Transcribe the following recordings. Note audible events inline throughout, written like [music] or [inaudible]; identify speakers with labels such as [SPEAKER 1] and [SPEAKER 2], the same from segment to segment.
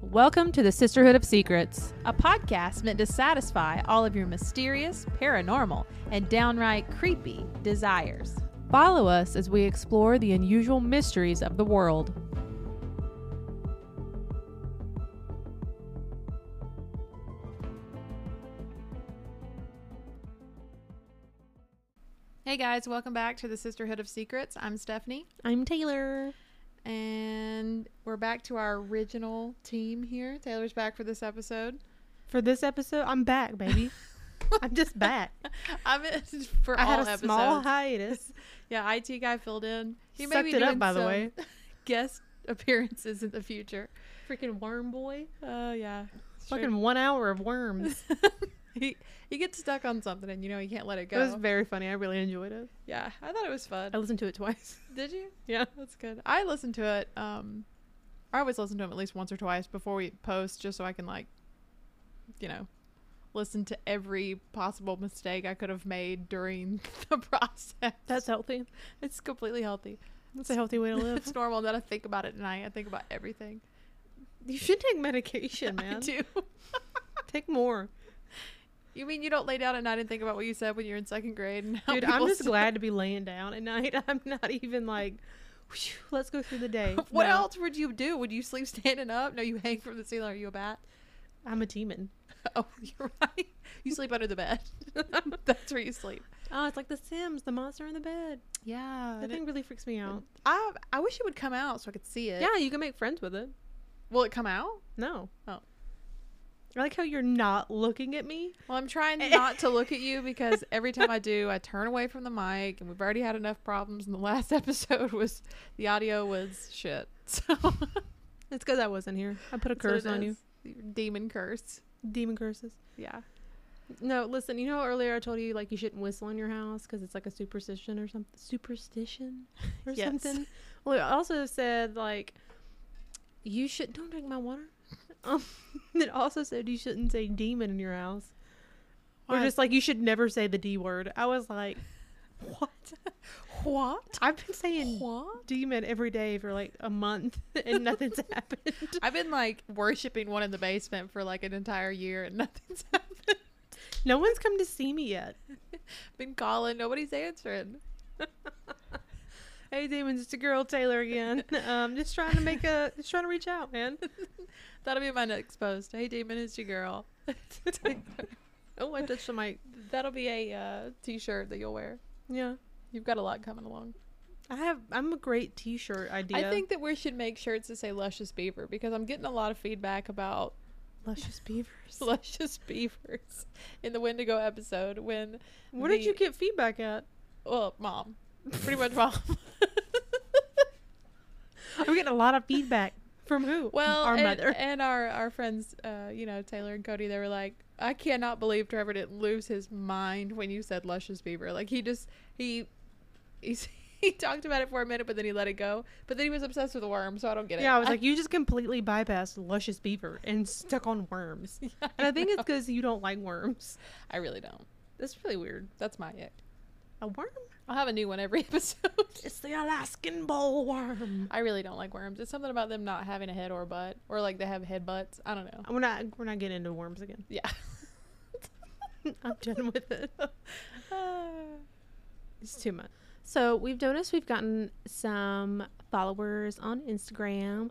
[SPEAKER 1] Welcome to the Sisterhood of Secrets.
[SPEAKER 2] a podcast meant to satisfy all of your mysterious, paranormal, and downright creepy desires.
[SPEAKER 1] Follow us as we explore the unusual mysteries of the world.
[SPEAKER 2] Hey guys, welcome back to the Sisterhood of Secrets. I'm Stephanie,
[SPEAKER 1] I'm Taylor.
[SPEAKER 2] and we're back to our original team here. Taylor's back for this episode.
[SPEAKER 3] For this episode, I'm back,
[SPEAKER 2] [laughs]
[SPEAKER 3] baby. I'm just back.
[SPEAKER 2] I'm in [laughs] for
[SPEAKER 3] I
[SPEAKER 2] all
[SPEAKER 3] had a
[SPEAKER 2] episodes.
[SPEAKER 3] small hiatus.
[SPEAKER 2] yeah, IT guy filled in. He may
[SPEAKER 3] Sucked
[SPEAKER 2] be
[SPEAKER 3] it
[SPEAKER 2] doing
[SPEAKER 3] up, by the
[SPEAKER 2] some
[SPEAKER 3] way.
[SPEAKER 2] [laughs] guest appearances in the [laughs] future.
[SPEAKER 3] [laughs] Freaking worm boy.
[SPEAKER 2] Oh yeah, It's true.
[SPEAKER 3] Fucking one hour of worms.
[SPEAKER 2] [laughs] he he gets stuck on something, and you know he can't let it
[SPEAKER 3] It
[SPEAKER 2] go.
[SPEAKER 3] was very funny. I really enjoyed it.
[SPEAKER 2] yeah, I thought it was fun.
[SPEAKER 3] I listened to it twice.
[SPEAKER 2] Did you?
[SPEAKER 3] yeah.
[SPEAKER 2] That's good. I listen to it. Um, I always listen to them at least once or twice before we post, just so I can like, you know, listen to every possible mistake I could have made during [laughs] the process.
[SPEAKER 3] [laughs] That's Uh-huh. healthy.
[SPEAKER 2] it's completely healthy.
[SPEAKER 3] That's a healthy way to live.
[SPEAKER 2] It's normal that I think about it tonight. I think about everything.
[SPEAKER 3] [laughs] you should take [laughs] medication, man.
[SPEAKER 2] I do. [laughs]
[SPEAKER 3] Take more.
[SPEAKER 2] You mean you don't lay down at night and think about what you said when you were in second grade? And how
[SPEAKER 3] Dude, I'm
[SPEAKER 2] people
[SPEAKER 3] just
[SPEAKER 2] [laughs] said-
[SPEAKER 3] glad to be laying down at night. [laughs] I'm not even like, "Whew, let's go through the [laughs] day.
[SPEAKER 2] What
[SPEAKER 3] No.
[SPEAKER 2] else would you do? Would you sleep standing up? No, you hang from the ceiling. Are you a bat? [laughs]
[SPEAKER 3] I'm a demon. [laughs]
[SPEAKER 2] Oh, you're right. You sleep under the bed. [laughs] That's where you sleep.
[SPEAKER 3] Oh, it's like The Sims, the monster in the bed.
[SPEAKER 2] Yeah.
[SPEAKER 3] That thing really freaks me out.
[SPEAKER 2] I I wish it would come out so I could see it.
[SPEAKER 3] Yeah, you can make friends with it.
[SPEAKER 2] Will it come out?
[SPEAKER 3] No.
[SPEAKER 2] Oh.
[SPEAKER 3] I like how you're not looking at me.
[SPEAKER 2] Well, I'm trying not to look at [laughs] you because every time I do, I turn away from the mic, and we've already had enough problems. And the last [laughs] episode was the audio was shit. [laughs] So
[SPEAKER 3] It's because I wasn't here. I put a curse on you.
[SPEAKER 2] you, demon curse.
[SPEAKER 3] Demon curses.
[SPEAKER 2] Yeah.
[SPEAKER 3] No, listen. You know how earlier I told you like you shouldn't whistle in your house because it's like a superstition or something. [laughs] Superstition or
[SPEAKER 2] Yes.
[SPEAKER 3] something. Well, it also said like you should don't drink my water. [laughs] Um, it also said you shouldn't say demon in your house.
[SPEAKER 2] Why?
[SPEAKER 3] Or just like you should never say the D word. I was like, what?
[SPEAKER 2] [laughs] What?
[SPEAKER 3] I've been saying [laughs]
[SPEAKER 2] What?
[SPEAKER 3] demon every day for like a month [laughs] and nothing's happened. [laughs]
[SPEAKER 2] I've been like worshiping one in the basement for like an entire year, and [laughs] nothing's happened.
[SPEAKER 3] No one's come to see me yet.
[SPEAKER 2] Been calling, nobody's answering.
[SPEAKER 3] Hey, demons, it's the girl Taylor [laughs] again. Um, just trying to make a, just trying to reach out, man.
[SPEAKER 2] That'll be my next post. Hey, demon, it's your girl.
[SPEAKER 3] [laughs] Oh, I touched the mic.
[SPEAKER 2] That'll be a uh, t-shirt that you'll wear.
[SPEAKER 3] Yeah,
[SPEAKER 2] You've got a lot coming along.
[SPEAKER 3] I have. I'm a great T-shirt idea.
[SPEAKER 2] I think that we should make shirts that say "Luscious Beaver" because I'm getting a lot of feedback about
[SPEAKER 3] luscious beavers.
[SPEAKER 2] [laughs] luscious beavers in the Wendigo episode. When
[SPEAKER 3] Where did you
[SPEAKER 2] the-
[SPEAKER 3] get feedback at?
[SPEAKER 2] well, mom, pretty much mom. [laughs]
[SPEAKER 3] I'm getting a lot of feedback from who?
[SPEAKER 2] well,
[SPEAKER 3] our
[SPEAKER 2] and,
[SPEAKER 3] mother. [laughs]
[SPEAKER 2] and our our friends, uh, you know, Taylor and Cody, they were like, I cannot believe Trevor didn't lose his mind when you said "Luscious Beaver." Like he just he he's. He [laughs] talked about it for a minute, but then he let it go. But then he was obsessed with the worm, so I don't get it.
[SPEAKER 3] Yeah, I was
[SPEAKER 2] [laughs]
[SPEAKER 3] like, you just completely bypassed luscious beaver and stuck on worms. And [laughs] I think it's because you don't like worms.
[SPEAKER 2] I really don't.
[SPEAKER 3] That's really weird.
[SPEAKER 2] That's my ick.
[SPEAKER 3] A worm?
[SPEAKER 2] I'll have a new one every [laughs] episode.
[SPEAKER 3] It's the Alaskan bowl worm.
[SPEAKER 2] I really don't like worms. It's something about them not having a head or a butt, or like they have head butts. I don't know.
[SPEAKER 3] We're not. We're not getting into worms again. [laughs]
[SPEAKER 2] Yeah. [laughs]
[SPEAKER 3] I'm done with it. It's too much. So we've noticed we've gotten some followers on Instagram.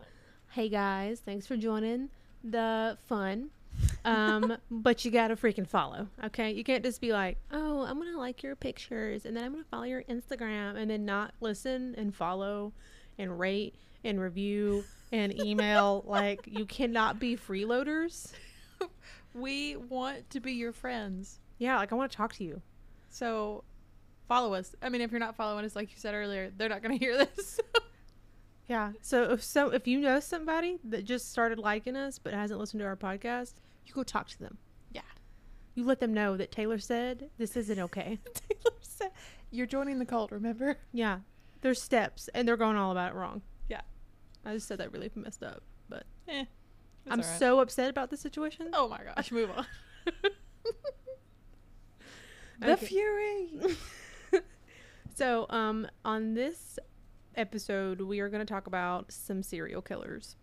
[SPEAKER 3] Hey guys, thanks for joining the fun. [laughs] Um, but you gotta freaking follow, okay? You can't just be like, oh, I'm gonna like your pictures and then I'm gonna follow your Instagram and then not listen and follow and rate and review [laughs] and email. like, you cannot be freeloaders.
[SPEAKER 2] [laughs] we want to be your friends.
[SPEAKER 3] Yeah, like I wanna talk to you.
[SPEAKER 2] So follow us. I mean, if you're not following us, like you said earlier, they're not going to hear this. [laughs]
[SPEAKER 3] Yeah. So if so if you know somebody that just started liking us but hasn't listened to our podcast, you go talk to them.
[SPEAKER 2] Yeah.
[SPEAKER 3] You let them know that Taylor said this isn't okay.
[SPEAKER 2] [laughs] Taylor said, You're joining the cult, remember?
[SPEAKER 3] yeah. There's steps and they're going all about it wrong.
[SPEAKER 2] Yeah.
[SPEAKER 3] I just said that really messed up, but
[SPEAKER 2] Eh,
[SPEAKER 3] I'm so upset about this situation.
[SPEAKER 2] Oh my gosh, [laughs] move
[SPEAKER 3] [laughs]
[SPEAKER 2] on.
[SPEAKER 3] Okay.
[SPEAKER 2] fury.
[SPEAKER 3] [laughs] So, um on this episode we are going to talk about some serial killers.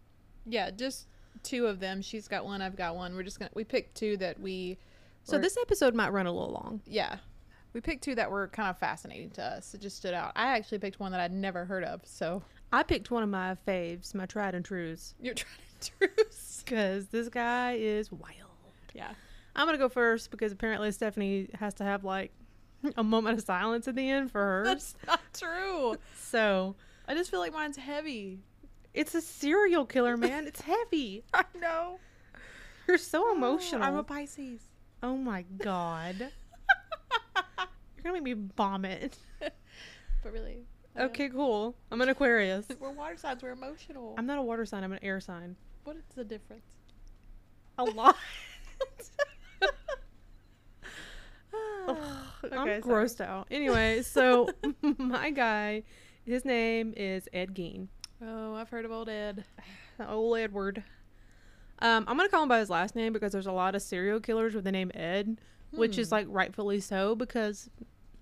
[SPEAKER 2] Yeah, just two of them. She's got one. I've got one. We're just gonna we picked two that we.
[SPEAKER 3] So
[SPEAKER 2] were-
[SPEAKER 3] this episode might run a little long.
[SPEAKER 2] yeah, we picked two that were kind of fascinating to us. It just stood out. I actually picked one that I'd never heard of. So [laughs]
[SPEAKER 3] I picked one of my faves, my tried and trues,
[SPEAKER 2] you're trying to [laughs] truce.
[SPEAKER 3] because this guy is wild.
[SPEAKER 2] Yeah.
[SPEAKER 3] I'm gonna go first because apparently Stephanie has to have like a moment of silence at the end for hers.
[SPEAKER 2] That's not true.
[SPEAKER 3] so
[SPEAKER 2] I just feel like mine's heavy.
[SPEAKER 3] it's a serial killer, man. It's heavy.
[SPEAKER 2] [laughs] I know.
[SPEAKER 3] You're
[SPEAKER 2] [laughs]
[SPEAKER 3] so emotional.
[SPEAKER 2] Oh, I'm a Pisces.
[SPEAKER 3] oh my god, you're gonna make me vomit.
[SPEAKER 2] [laughs] but really. I don't-
[SPEAKER 3] Okay, cool. I'm an Aquarius.
[SPEAKER 2] We're water signs. We're emotional.
[SPEAKER 3] I'm not a water sign. I'm an air sign.
[SPEAKER 2] What is
[SPEAKER 3] [laughs]
[SPEAKER 2] the difference?
[SPEAKER 3] A lot.
[SPEAKER 2] [laughs] Ah,
[SPEAKER 3] I'm
[SPEAKER 2] okay, sorry.
[SPEAKER 3] grossed out. Anyway, so [laughs] my guy, his name is Ed Gein.
[SPEAKER 2] Oh, I've heard of old Ed.
[SPEAKER 3] Old Edward. Um, I'm gonna call him by his last name because there's a lot of serial killers with the name Ed, which
[SPEAKER 2] Hmm.
[SPEAKER 3] is like rightfully so because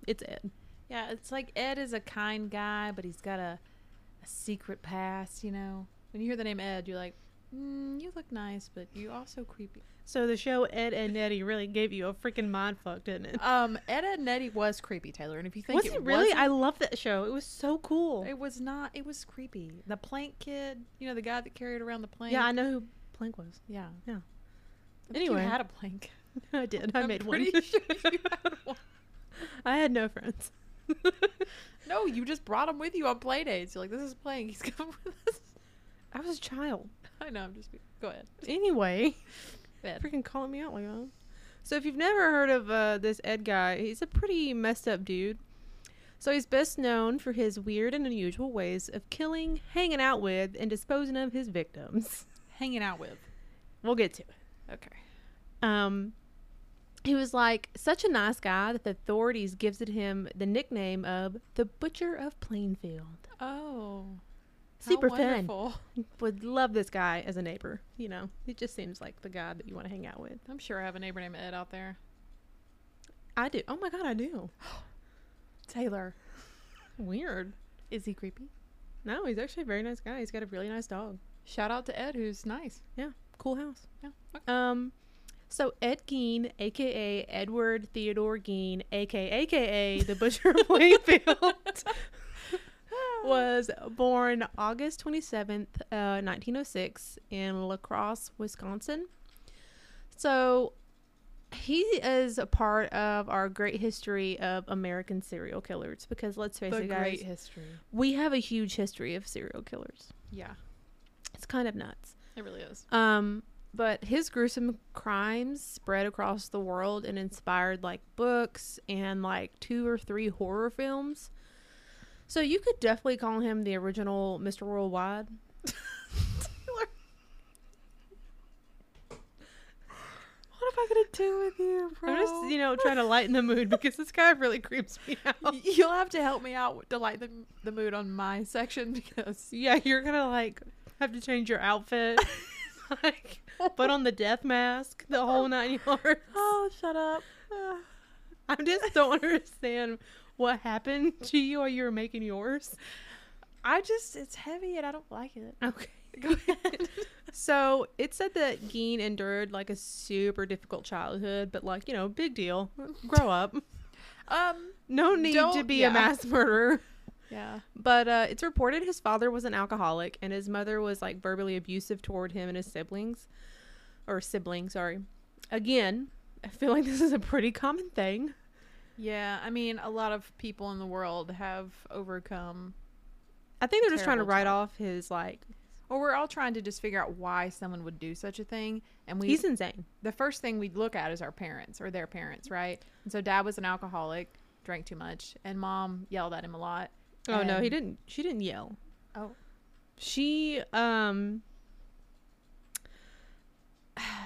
[SPEAKER 3] it's Ed.
[SPEAKER 2] Yeah, it's like Ed is a kind guy, but he's got a, a secret past, you know? When you hear the name Ed, you're like, mm, you look nice, but you also creepy.
[SPEAKER 3] So the show Ed and Eddie really gave you a freaking mind fuck, didn't it?
[SPEAKER 2] Um, Ed and Nettie was creepy, Taylor. And if you think
[SPEAKER 3] was
[SPEAKER 2] it,
[SPEAKER 3] it really?
[SPEAKER 2] wasn't,
[SPEAKER 3] I love that show. It was so cool.
[SPEAKER 2] it was not. It was creepy. The plank kid, you know, the guy that carried around the plank.
[SPEAKER 3] yeah, I know who Plank was. [laughs]
[SPEAKER 2] Yeah.
[SPEAKER 3] Yeah.
[SPEAKER 2] I think you
[SPEAKER 3] Anyway.
[SPEAKER 2] had a plank.
[SPEAKER 3] I did. I
[SPEAKER 2] I'm
[SPEAKER 3] made one. [laughs]
[SPEAKER 2] pretty sure you had one.
[SPEAKER 3] I had no friends. [laughs]
[SPEAKER 2] No, you just brought him with you on play dates. You're like, this is playing. He's [laughs] coming with us.
[SPEAKER 3] I was a child.
[SPEAKER 2] I know. I'm just. be- Go ahead.
[SPEAKER 3] Anyway.
[SPEAKER 2] Ed.
[SPEAKER 3] freaking calling me out like that. So if you've never heard of uh, this Ed guy, he's a pretty messed up dude. So he's best known for his weird and unusual ways of killing, hanging out with, and disposing of his victims. [laughs]
[SPEAKER 2] Hanging out with.
[SPEAKER 3] We'll get to it.
[SPEAKER 2] Okay.
[SPEAKER 3] Um, he was like such a nice guy that the authorities gives it him the nickname of the Butcher of Plainfield.
[SPEAKER 2] Oh. how
[SPEAKER 3] Super fun.
[SPEAKER 2] wonderful.
[SPEAKER 3] Would love this guy as a neighbor. You know, he just seems like the guy that you want to hang out with.
[SPEAKER 2] I'm sure I have a neighbor named Ed out there.
[SPEAKER 3] I do. Oh my god, I do.
[SPEAKER 2] Taylor.
[SPEAKER 3] Weird.
[SPEAKER 2] Is he creepy?
[SPEAKER 3] No, he's actually a very nice guy. He's got a really nice dog.
[SPEAKER 2] Shout out to Ed, who's nice.
[SPEAKER 3] Yeah, cool house.
[SPEAKER 2] Yeah. Okay.
[SPEAKER 3] Um, so Ed Gein, aka Edward Theodore Gein, aka aka the Butcher
[SPEAKER 2] [laughs]
[SPEAKER 3] of Wakefield, was born August twenty seventh, uh, nineteen oh six, in La Crosse, Wisconsin. So. He is a part of our great history of American serial killers because let's face
[SPEAKER 2] the
[SPEAKER 3] it,
[SPEAKER 2] great
[SPEAKER 3] guys,
[SPEAKER 2] history.
[SPEAKER 3] we have a huge history of serial killers.
[SPEAKER 2] Yeah,
[SPEAKER 3] It's kind of nuts.
[SPEAKER 2] it really is.
[SPEAKER 3] Um, but his gruesome crimes spread across the world and inspired like books and like two or three horror films. So you could definitely call him the original Mr. Worldwide.
[SPEAKER 2] Taylor.
[SPEAKER 3] What am I gonna do with you, I'm just, you know, trying to lighten the mood because this guy really creeps [laughs] me out.
[SPEAKER 2] [laughs] Y- You'll have to help me out to light the, the mood on my [laughs] section because
[SPEAKER 3] Yeah, you're gonna like have to change your [laughs] outfit, like put on the death mask, the whole nine yards.
[SPEAKER 2] [laughs] oh, shut [sighs] up.
[SPEAKER 3] I just don't understand what happened to you while you were making yours.
[SPEAKER 2] I just it's heavy and I don't like it.
[SPEAKER 3] Okay.
[SPEAKER 2] [laughs] Go ahead.
[SPEAKER 3] So it said that Gene endured like a super difficult childhood, but like, you know, big deal. Grow up.
[SPEAKER 2] [laughs] um,
[SPEAKER 3] [laughs] No need to
[SPEAKER 2] Don't-
[SPEAKER 3] be a
[SPEAKER 2] yeah.
[SPEAKER 3] mass murderer.
[SPEAKER 2] yeah.
[SPEAKER 3] But uh, it's reported his father was an alcoholic and his mother was like verbally abusive toward him and his siblings. Or sibling, sorry. Again, I feel like this is a pretty common thing.
[SPEAKER 2] Yeah, I mean, a lot of people in the world have overcome,
[SPEAKER 3] I think they're just trying to
[SPEAKER 2] Terrible
[SPEAKER 3] write
[SPEAKER 2] child.
[SPEAKER 3] off his like
[SPEAKER 2] or we're all trying to just figure out why someone would do such a thing. And we,
[SPEAKER 3] he's insane.
[SPEAKER 2] the first thing we look at is our parents or their parents, right? And so dad was an alcoholic, drank too much, and mom yelled at him a lot.
[SPEAKER 3] Oh no, he
[SPEAKER 2] And-
[SPEAKER 3] didn't she didn't yell.
[SPEAKER 2] Oh,
[SPEAKER 3] she um [sighs]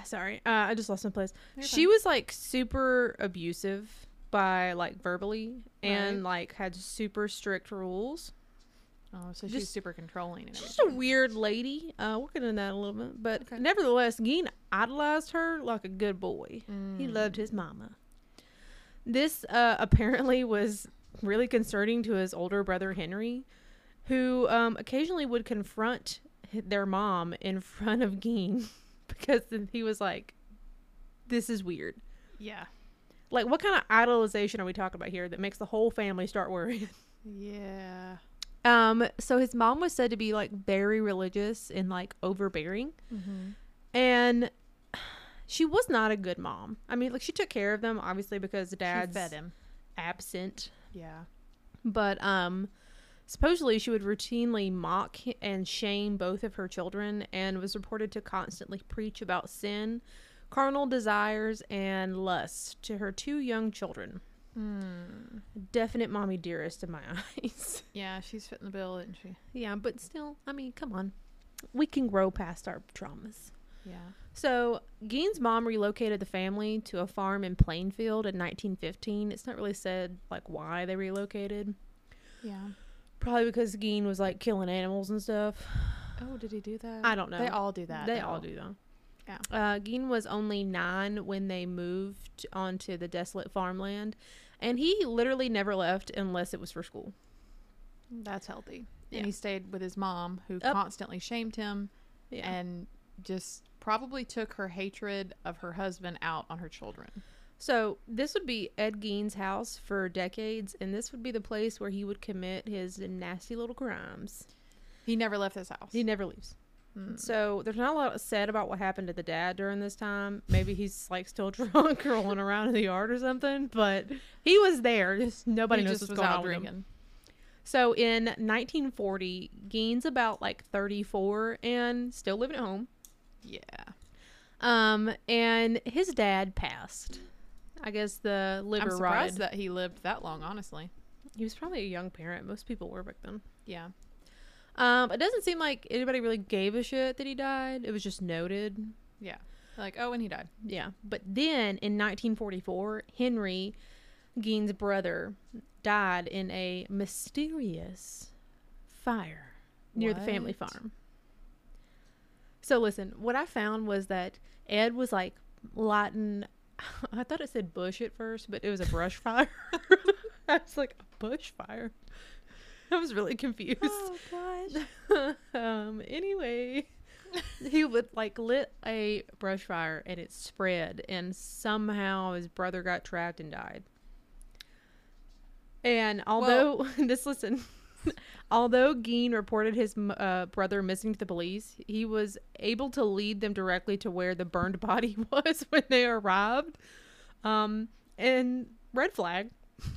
[SPEAKER 3] sorry uh, i just lost my place
[SPEAKER 2] You're
[SPEAKER 3] she
[SPEAKER 2] fine.
[SPEAKER 3] was like super abusive by like verbally and like had super strict rules
[SPEAKER 2] oh, so she's
[SPEAKER 3] Just-
[SPEAKER 2] super controlling. And
[SPEAKER 3] she's just
[SPEAKER 2] everything.
[SPEAKER 3] a weird lady uh we'll get into that in a little bit but
[SPEAKER 2] Okay.
[SPEAKER 3] nevertheless gene idolized her like a good boy he loved his mama this uh apparently was really concerning to his older brother henry who um occasionally would confront hi- their mom in front of gene [laughs] because then he was like, "This is weird."
[SPEAKER 2] Yeah.
[SPEAKER 3] Like, what kind of idolization are we talking about here that makes the whole family start worrying?
[SPEAKER 2] Yeah.
[SPEAKER 3] Um, so his mom was said to be like very religious and like overbearing,
[SPEAKER 2] Mm-hmm.
[SPEAKER 3] and [sighs] she was not a good mom. I mean, like she took care of them obviously because dad's
[SPEAKER 2] She fed him.
[SPEAKER 3] absent,
[SPEAKER 2] Yeah.
[SPEAKER 3] but um, supposedly she would routinely mock h- and shame both of her children, and was reported to constantly preach about sin, carnal desires, and lust to her two young children.
[SPEAKER 2] Hmm.
[SPEAKER 3] Definite mommy dearest in my [laughs] eyes.
[SPEAKER 2] Yeah, she's fitting the bill, isn't she?
[SPEAKER 3] Yeah, but still, I mean, come on. We can grow past our traumas.
[SPEAKER 2] Yeah.
[SPEAKER 3] So, Gein's mom relocated the family to a farm in Plainfield in 1915. It's not really said like why they relocated.
[SPEAKER 2] Yeah.
[SPEAKER 3] Probably because Gein was like killing animals and stuff.
[SPEAKER 2] Oh, did he do that?
[SPEAKER 3] I don't know.
[SPEAKER 2] They all do that.
[SPEAKER 3] they
[SPEAKER 2] though.
[SPEAKER 3] all do though.
[SPEAKER 2] Yeah.
[SPEAKER 3] Uh, Gein was only nine when they moved onto the desolate farmland, and he literally never left unless it was for school.
[SPEAKER 2] That's healthy.
[SPEAKER 3] Yeah.
[SPEAKER 2] And he stayed with his mom, who
[SPEAKER 3] Yep.
[SPEAKER 2] constantly shamed him
[SPEAKER 3] Yeah.
[SPEAKER 2] and just probably took her hatred of her husband out on her children.
[SPEAKER 3] So this would be Ed Gein's house for decades, and this would be the place where he would commit his nasty little crimes.
[SPEAKER 2] He never left his house.
[SPEAKER 3] He never leaves.
[SPEAKER 2] Hmm.
[SPEAKER 3] So there's not a lot said about what happened to the dad during this time. Maybe he's like still [laughs] drunk or rolling around in the yard or something, but he was there. Just nobody
[SPEAKER 2] He
[SPEAKER 3] knows
[SPEAKER 2] just
[SPEAKER 3] what's
[SPEAKER 2] was
[SPEAKER 3] going
[SPEAKER 2] out
[SPEAKER 3] on with him. So in 1940, Gein's about like 34 and still living at home.
[SPEAKER 2] Yeah.
[SPEAKER 3] Um, and his dad passed. I guess the
[SPEAKER 2] I'm
[SPEAKER 3] liver
[SPEAKER 2] surprised
[SPEAKER 3] rotted.
[SPEAKER 2] that he lived that long, honestly.
[SPEAKER 3] He was probably a young parent. Most people were back then.
[SPEAKER 2] Yeah.
[SPEAKER 3] Um, it doesn't seem like anybody really gave a shit that he died. It was just noted.
[SPEAKER 2] Like, oh, and he died.
[SPEAKER 3] Yeah. But then in 1944, Henry, Gein's brother, died in a mysterious fire near the family
[SPEAKER 2] What?
[SPEAKER 3] farm. So listen, what I found was that Ed was like lighting. [laughs] I thought it said bush at first, but it was a brush fire. [laughs] I was like, a bush fire? [laughs] I was really confused.
[SPEAKER 2] Oh, gosh.
[SPEAKER 3] [laughs] um anyway he would like lit a brush fire and it spread and somehow his brother got trapped and died and although [laughs] this listen although Geen reported his m- uh, brother missing to the police he was able to lead them directly to where the burned [laughs] body was when they arrived um and red flag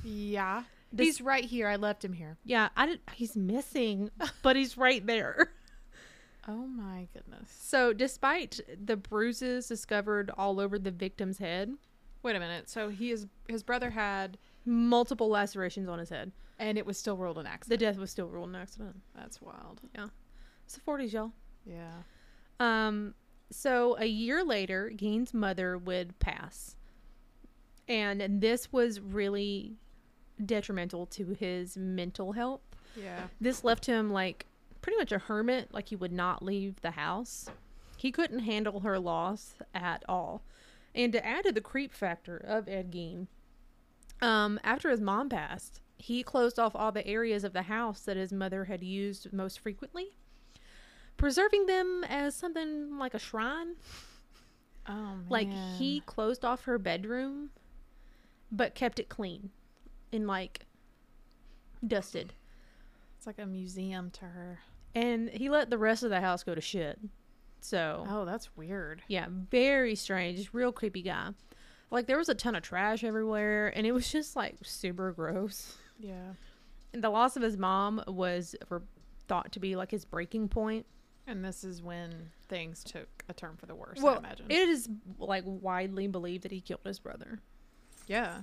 [SPEAKER 2] Yeah.
[SPEAKER 3] This-
[SPEAKER 2] He's right here. I left him here.
[SPEAKER 3] yeah i did he's missing but he's right there
[SPEAKER 2] Oh, my goodness.
[SPEAKER 3] So, despite the bruises discovered all over the victim's head,
[SPEAKER 2] Wait a minute. So he is, his brother had,
[SPEAKER 3] multiple lacerations on his head,
[SPEAKER 2] and it was still ruled an accident.
[SPEAKER 3] the death was still ruled an accident.
[SPEAKER 2] That's wild.
[SPEAKER 3] It's the 40s, y'all.
[SPEAKER 2] Yeah.
[SPEAKER 3] Um, so, a year later, Gein's mother would pass. And this was really detrimental to his mental health.
[SPEAKER 2] Yeah.
[SPEAKER 3] This left him like pretty much a hermit, like he would not leave the house. He couldn't handle her loss at all. And to add to the creep factor of Ed Gein, um, after his mom passed, he closed off all the areas of the house that his mother had used most frequently, preserving them as something like a shrine.
[SPEAKER 2] Oh, man.
[SPEAKER 3] Like he closed off her bedroom, but kept it clean and like dusted.
[SPEAKER 2] It's like a museum to her.
[SPEAKER 3] and he let the rest of the house go to shit. So
[SPEAKER 2] Oh, that's weird.
[SPEAKER 3] yeah, very strange, real creepy guy. Like there was a ton of trash everywhere, and it was just like super gross.
[SPEAKER 2] Yeah.
[SPEAKER 3] And the loss of his mom was re- thought to be like his breaking point.
[SPEAKER 2] And this is when things took a turn for the worse, I
[SPEAKER 3] Well,
[SPEAKER 2] imagine.
[SPEAKER 3] it is like widely believed that he killed his brother.
[SPEAKER 2] yeah.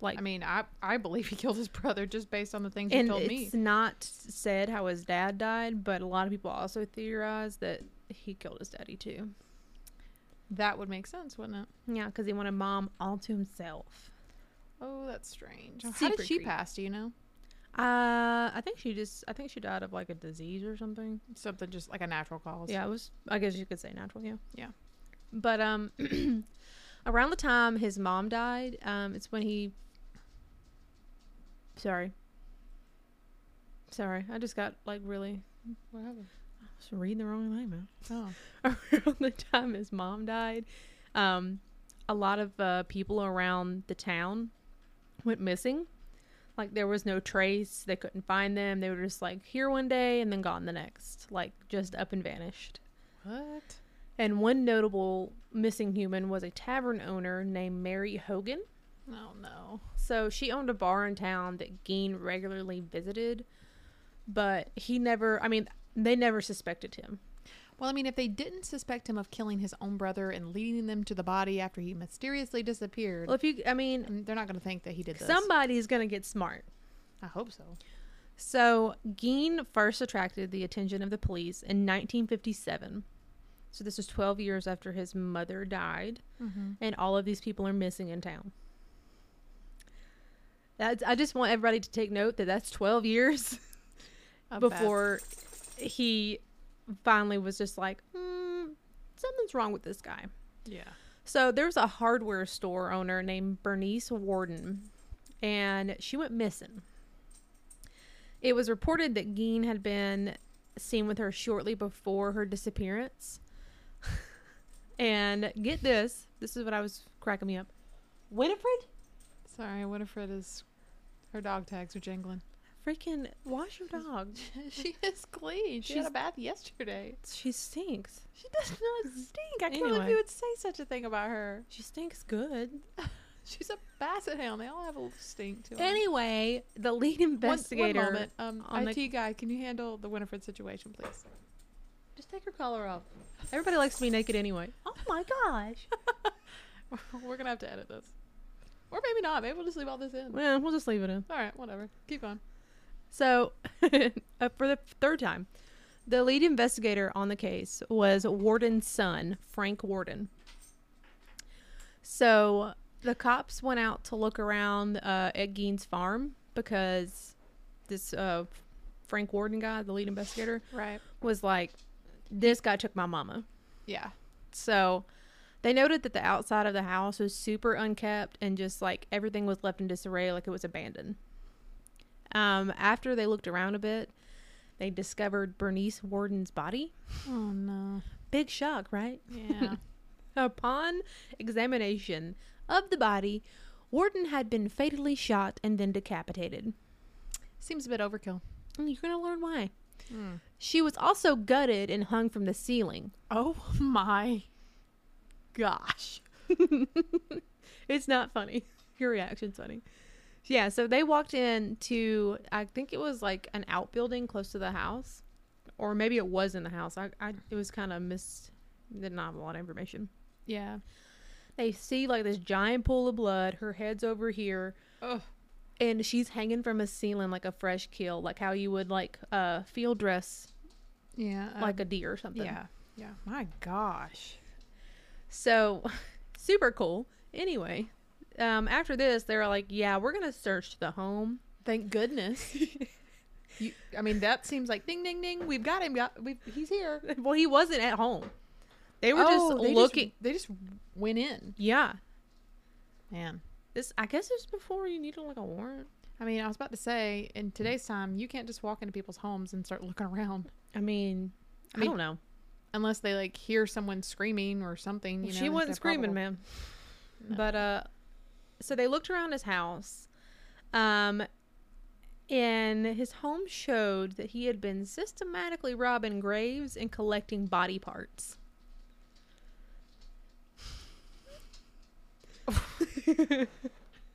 [SPEAKER 3] Like,
[SPEAKER 2] I mean, I, I believe he killed his brother just based on the things he
[SPEAKER 3] and
[SPEAKER 2] told me.
[SPEAKER 3] it's not said how his dad died, but a lot of people also theorize that he killed his daddy too.
[SPEAKER 2] That would make sense, wouldn't it?
[SPEAKER 3] Yeah, because he wanted mom all to himself.
[SPEAKER 2] Oh, that's strange. How
[SPEAKER 3] Super
[SPEAKER 2] did she
[SPEAKER 3] creepy.
[SPEAKER 2] pass? Do you know?
[SPEAKER 3] Uh, I think she just. I think she died of like a disease or something.
[SPEAKER 2] Something just like a natural cause.
[SPEAKER 3] Yeah, it was. I guess you could say natural. Yeah.
[SPEAKER 2] Yeah.
[SPEAKER 3] But um, [clears throat] around the time his mom died, um, it's when he. Sorry. Sorry, I just got like really.
[SPEAKER 2] What happened?
[SPEAKER 3] I Just reading the wrong name out.
[SPEAKER 2] Oh.
[SPEAKER 3] [laughs] around the time his mom died, um, a lot of uh, people around the town went missing. Like there was no trace; they couldn't find them. They were just like here one day and then gone the next, like just up and vanished.
[SPEAKER 2] What?
[SPEAKER 3] And one notable missing human was a tavern owner named Mary Hogan.
[SPEAKER 2] Oh no.
[SPEAKER 3] So she owned a bar in town that Geen regularly visited, but he never. I mean, they never suspected him.
[SPEAKER 2] Well, I mean, if they didn't suspect him of killing his own brother and leading them to the body after he mysteriously disappeared,
[SPEAKER 3] Well, if you, I mean,
[SPEAKER 2] mm, they're not going to think that he did this.
[SPEAKER 3] somebody's gonna get smart.
[SPEAKER 2] I hope so.
[SPEAKER 3] So, Geen first attracted the attention of the police in 1957. So, this is 12 years after his mother died,
[SPEAKER 2] Mm-hmm.
[SPEAKER 3] and all of these people are missing in town. That's, I just want everybody to take note that that's 12 years [laughs] before he finally was just like, mm, something's wrong with this guy.
[SPEAKER 2] Yeah.
[SPEAKER 3] So there's a hardware store owner named Bernice Warden, and she went missing. It was reported that Geen had been seen with her shortly before her disappearance. [laughs] and get this, this is what I was cracking me up. Winifred?
[SPEAKER 2] Sorry, Winifred is. Her dog tags are jingling.
[SPEAKER 3] Freaking wash your dog.
[SPEAKER 2] [laughs] she is clean. She had
[SPEAKER 3] She's-
[SPEAKER 2] a bath yesterday.
[SPEAKER 3] She stinks.
[SPEAKER 2] She does not stink. I can't believe
[SPEAKER 3] Anyway.
[SPEAKER 2] you would say such a thing about her.
[SPEAKER 3] She stinks good.
[SPEAKER 2] She's a basset hound. They all have a little stink to them.
[SPEAKER 3] Anyway, the lead
[SPEAKER 2] One- one
[SPEAKER 3] investigator.
[SPEAKER 2] moment. Um,
[SPEAKER 3] on the-
[SPEAKER 2] IT guy, can you handle the Winifred situation, please? [laughs]
[SPEAKER 3] Just take her collar off. Everybody likes to be naked anyway. Oh my gosh.
[SPEAKER 2] We're gonna have to edit this, or maybe not. Maybe we'll just leave all this in.
[SPEAKER 3] [laughs] Well, we'll just leave it in.
[SPEAKER 2] All right, whatever. Keep going.
[SPEAKER 3] So, [laughs] uh, for the third time, the lead investigator on the case was Warden's son, Frank Warden. So, the cops went out to look around uh, at Geen's farm because this uh, Frank Warden guy, the lead investigator,
[SPEAKER 2] Right.
[SPEAKER 3] was like, This guy took my mama.
[SPEAKER 2] Yeah.
[SPEAKER 3] So, they noted that the outside of the house was super unkept and just like everything was left in disarray, like it was abandoned. Um, after they looked around a bit, they discovered Bernice Warden's body.
[SPEAKER 2] Oh no.
[SPEAKER 3] Big shock, right?
[SPEAKER 2] Yeah.
[SPEAKER 3] Upon examination of the body, Warden had been fatally shot and then decapitated.
[SPEAKER 2] [laughs] Seems a bit overkill.
[SPEAKER 3] And You're going to learn why.
[SPEAKER 2] Mm.
[SPEAKER 3] She was also gutted and hung from the ceiling.
[SPEAKER 2] Oh my gosh.
[SPEAKER 3] [laughs] it's not funny. Your reaction's funny. Yeah, so they walked in to I think it was like an outbuilding close to the house, or maybe it was in the house. I, I it was kind of missed. Did not have a lot of information.
[SPEAKER 2] Yeah.
[SPEAKER 3] They see like this giant pool of blood. Her head's over here,
[SPEAKER 2] Oh.
[SPEAKER 3] and she's hanging from a ceiling like a fresh kill, like how you would like uh, field dress
[SPEAKER 2] Yeah. uh,
[SPEAKER 3] like a deer or something.
[SPEAKER 2] Yeah. Yeah. My gosh.
[SPEAKER 3] So, [laughs] super cool. Anyway, um, after this, they were like, "Yeah, we're gonna search the home." [laughs]
[SPEAKER 2] Thank [laughs] goodness. you, I mean, that seems like ding, ding, ding. We've got him. Got. We, he's here. Oh,
[SPEAKER 3] Well, he wasn't at home. Oh, They were just
[SPEAKER 2] they
[SPEAKER 3] looking.
[SPEAKER 2] they just went in.
[SPEAKER 3] yeah,
[SPEAKER 2] Man.
[SPEAKER 3] this I guess it was before you needed like a warrant.
[SPEAKER 2] I mean, I was about to say, in today's time, you can't just walk into people's homes and start looking around
[SPEAKER 3] I mean, I,
[SPEAKER 2] I-
[SPEAKER 3] don't know.
[SPEAKER 2] unless they like hear someone screaming or something. You know,
[SPEAKER 3] she
[SPEAKER 2] if
[SPEAKER 3] wasn't
[SPEAKER 2] they're
[SPEAKER 3] screaming,
[SPEAKER 2] probable.
[SPEAKER 3] man.
[SPEAKER 2] No.
[SPEAKER 3] But uh, so they looked around his house, um, and his home showed that he had been systematically robbing graves and collecting body parts.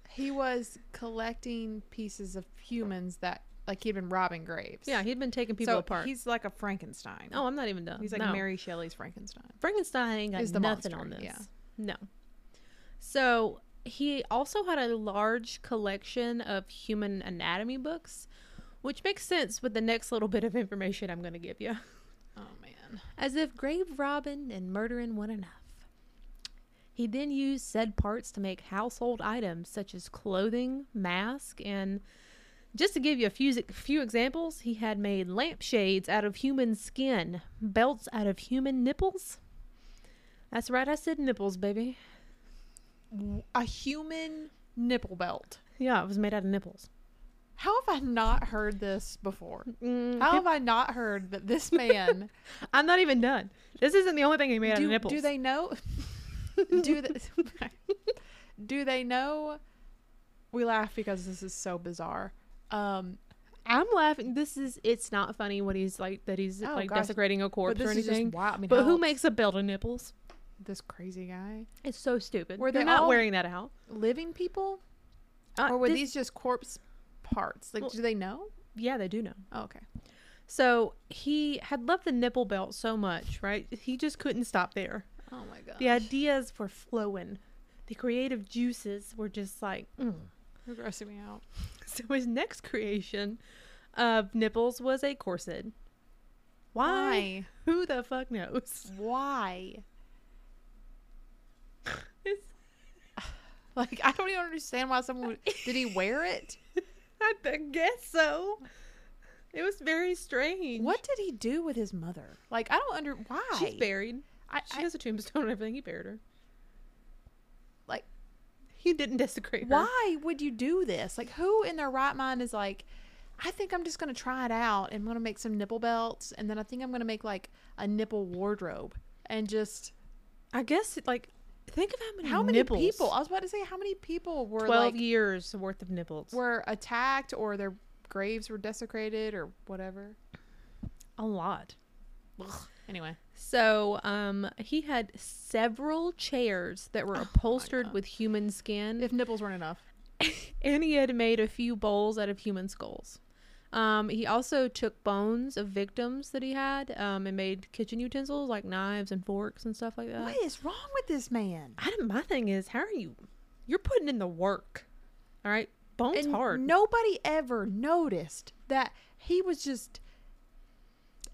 [SPEAKER 2] He was collecting pieces of humans that, like, he'd been robbing graves.
[SPEAKER 3] Yeah, he'd been taking people
[SPEAKER 2] so
[SPEAKER 3] apart.
[SPEAKER 2] He's like a Frankenstein.
[SPEAKER 3] oh, I'm not even done.
[SPEAKER 2] he's like
[SPEAKER 3] No.
[SPEAKER 2] Mary Shelley's Frankenstein.
[SPEAKER 3] Frankenstein ain't got
[SPEAKER 2] Is the
[SPEAKER 3] nothing
[SPEAKER 2] monster,
[SPEAKER 3] on this.
[SPEAKER 2] yeah.
[SPEAKER 3] No. So he also had a large collection of human anatomy books, which makes sense with the next little bit of information I'm going to give you.
[SPEAKER 2] Oh man.
[SPEAKER 3] As if grave robbing and murdering weren't enough. He then used said parts to make household items such as clothing, mask, and just to give you a few, few examples, he had made lampshades out of human skin, belts out of human nipples. That's right, I said nipples, baby.
[SPEAKER 2] A human nipple belt.
[SPEAKER 3] Yeah, it was made out of nipples.
[SPEAKER 2] How have I not heard this before?
[SPEAKER 3] Mm,
[SPEAKER 2] How have I not heard
[SPEAKER 3] [laughs]
[SPEAKER 2] that this man
[SPEAKER 3] I'm not even done. This isn't the only thing he made out of
[SPEAKER 2] do,
[SPEAKER 3] nipples.
[SPEAKER 2] do they know [laughs] do they, [laughs] do they know we laugh because this is so bizarre. Um
[SPEAKER 3] I'm laughing. This is it's not funny what he's like that he's
[SPEAKER 2] Oh,
[SPEAKER 3] like
[SPEAKER 2] gosh.
[SPEAKER 3] desecrating a
[SPEAKER 2] but
[SPEAKER 3] corpse or
[SPEAKER 2] this is just
[SPEAKER 3] anything.
[SPEAKER 2] wild. I mean,
[SPEAKER 3] But
[SPEAKER 2] how
[SPEAKER 3] who
[SPEAKER 2] else-
[SPEAKER 3] makes a belt of nipples?
[SPEAKER 2] this crazy guy?
[SPEAKER 3] It's so stupid.
[SPEAKER 2] Were
[SPEAKER 3] We're You're
[SPEAKER 2] they
[SPEAKER 3] not
[SPEAKER 2] all-
[SPEAKER 3] wearing that out.
[SPEAKER 2] Living people?
[SPEAKER 3] Uh,
[SPEAKER 2] or were
[SPEAKER 3] this-
[SPEAKER 2] these just corpse parts? Like
[SPEAKER 3] Well-
[SPEAKER 2] do they know?
[SPEAKER 3] Yeah, they do know.
[SPEAKER 2] Oh, okay.
[SPEAKER 3] So he had loved the nipple belt so much, right? He just couldn't stop there.
[SPEAKER 2] Oh my god.
[SPEAKER 3] The ideas were flowing. The creative juices were just like. Mm.
[SPEAKER 2] You're grossing me out.
[SPEAKER 3] So his next creation of nipples was a corset. Why?
[SPEAKER 2] Why?
[SPEAKER 3] Who the fuck [laughs] knows?
[SPEAKER 2] Why? [laughs]
[SPEAKER 3] It's-
[SPEAKER 2] Like I don't even understand why someone [laughs] would, did he wear it?
[SPEAKER 3] I th- guess so. It was very strange.
[SPEAKER 2] What did he do with his mother? Like I don't under why.
[SPEAKER 3] She's buried.
[SPEAKER 2] I,
[SPEAKER 3] She
[SPEAKER 2] I-
[SPEAKER 3] has a tombstone and everything. He buried her.
[SPEAKER 2] like
[SPEAKER 3] He didn't [laughs] desecrate her.
[SPEAKER 2] why would you do this? Like who in their right mind is like I think I'm just going to try it out and I'm going to make some nipple belts and then I think I'm going to make like a nipple wardrobe and just
[SPEAKER 3] I guess like think of how many
[SPEAKER 2] how many
[SPEAKER 3] nipples-
[SPEAKER 2] people? I was about to say how many people were
[SPEAKER 3] Twelve
[SPEAKER 2] like
[SPEAKER 3] years worth of nipples.
[SPEAKER 2] were attacked or their graves were desecrated or whatever.
[SPEAKER 3] A lot.
[SPEAKER 2] Anyway,
[SPEAKER 3] So um, he had several chairs that were upholstered
[SPEAKER 2] God.
[SPEAKER 3] with human skin.
[SPEAKER 2] if nipples weren't enough,
[SPEAKER 3] and he had made a few bowls out of human skulls. Um, he also took bones of victims that he had um, and made kitchen utensils like knives and forks and stuff like that.
[SPEAKER 2] what is wrong with this man?
[SPEAKER 3] I don't, my thing is, how are you? You're putting in the work, all right? Bones
[SPEAKER 2] and
[SPEAKER 3] hard.
[SPEAKER 2] nobody ever noticed that he was just.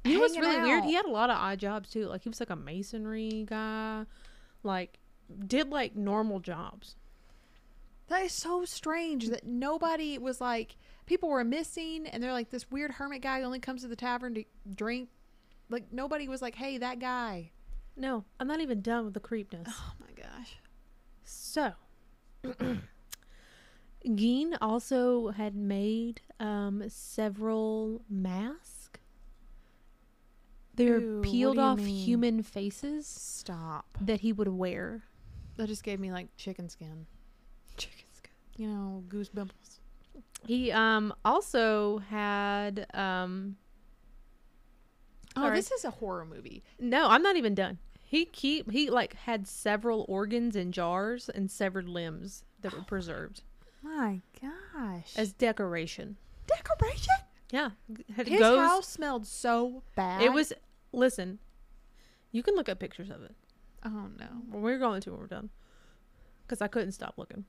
[SPEAKER 3] he was
[SPEAKER 2] hanging
[SPEAKER 3] really weird.
[SPEAKER 2] out.
[SPEAKER 3] He had a lot of odd jobs too. Like he was like a masonry guy, like did like normal jobs.
[SPEAKER 2] That is so strange that nobody was like people were missing, and they're like this weird hermit guy who only comes to the tavern to drink. Like nobody was like, "Hey, that guy."
[SPEAKER 3] No, I'm not even done with the creepness.
[SPEAKER 2] Oh my gosh.
[SPEAKER 3] So, [clears throat] Geen also had made um, several masks. They're
[SPEAKER 2] Ew, what
[SPEAKER 3] peeled
[SPEAKER 2] do you
[SPEAKER 3] off
[SPEAKER 2] mean?
[SPEAKER 3] human faces
[SPEAKER 2] Stop.
[SPEAKER 3] that he would wear.
[SPEAKER 2] That just gave me like chicken skin.
[SPEAKER 3] Chicken skin.
[SPEAKER 2] You know, goose pimples.
[SPEAKER 3] He um, also had. Um,
[SPEAKER 2] Oh,
[SPEAKER 3] Sorry.
[SPEAKER 2] this is a horror movie.
[SPEAKER 3] no, I'm not even done. He keep he like had several organs in jars and severed limbs that were
[SPEAKER 2] Oh
[SPEAKER 3] preserved
[SPEAKER 2] My gosh.
[SPEAKER 3] as decoration.
[SPEAKER 2] decoration?
[SPEAKER 3] Yeah, had
[SPEAKER 2] His
[SPEAKER 3] ghosts-
[SPEAKER 2] house smelled so bad.
[SPEAKER 3] It was listen. You can look up pictures of it.
[SPEAKER 2] Oh no.
[SPEAKER 3] Well, we're going to when we're done. Because I couldn't stop looking.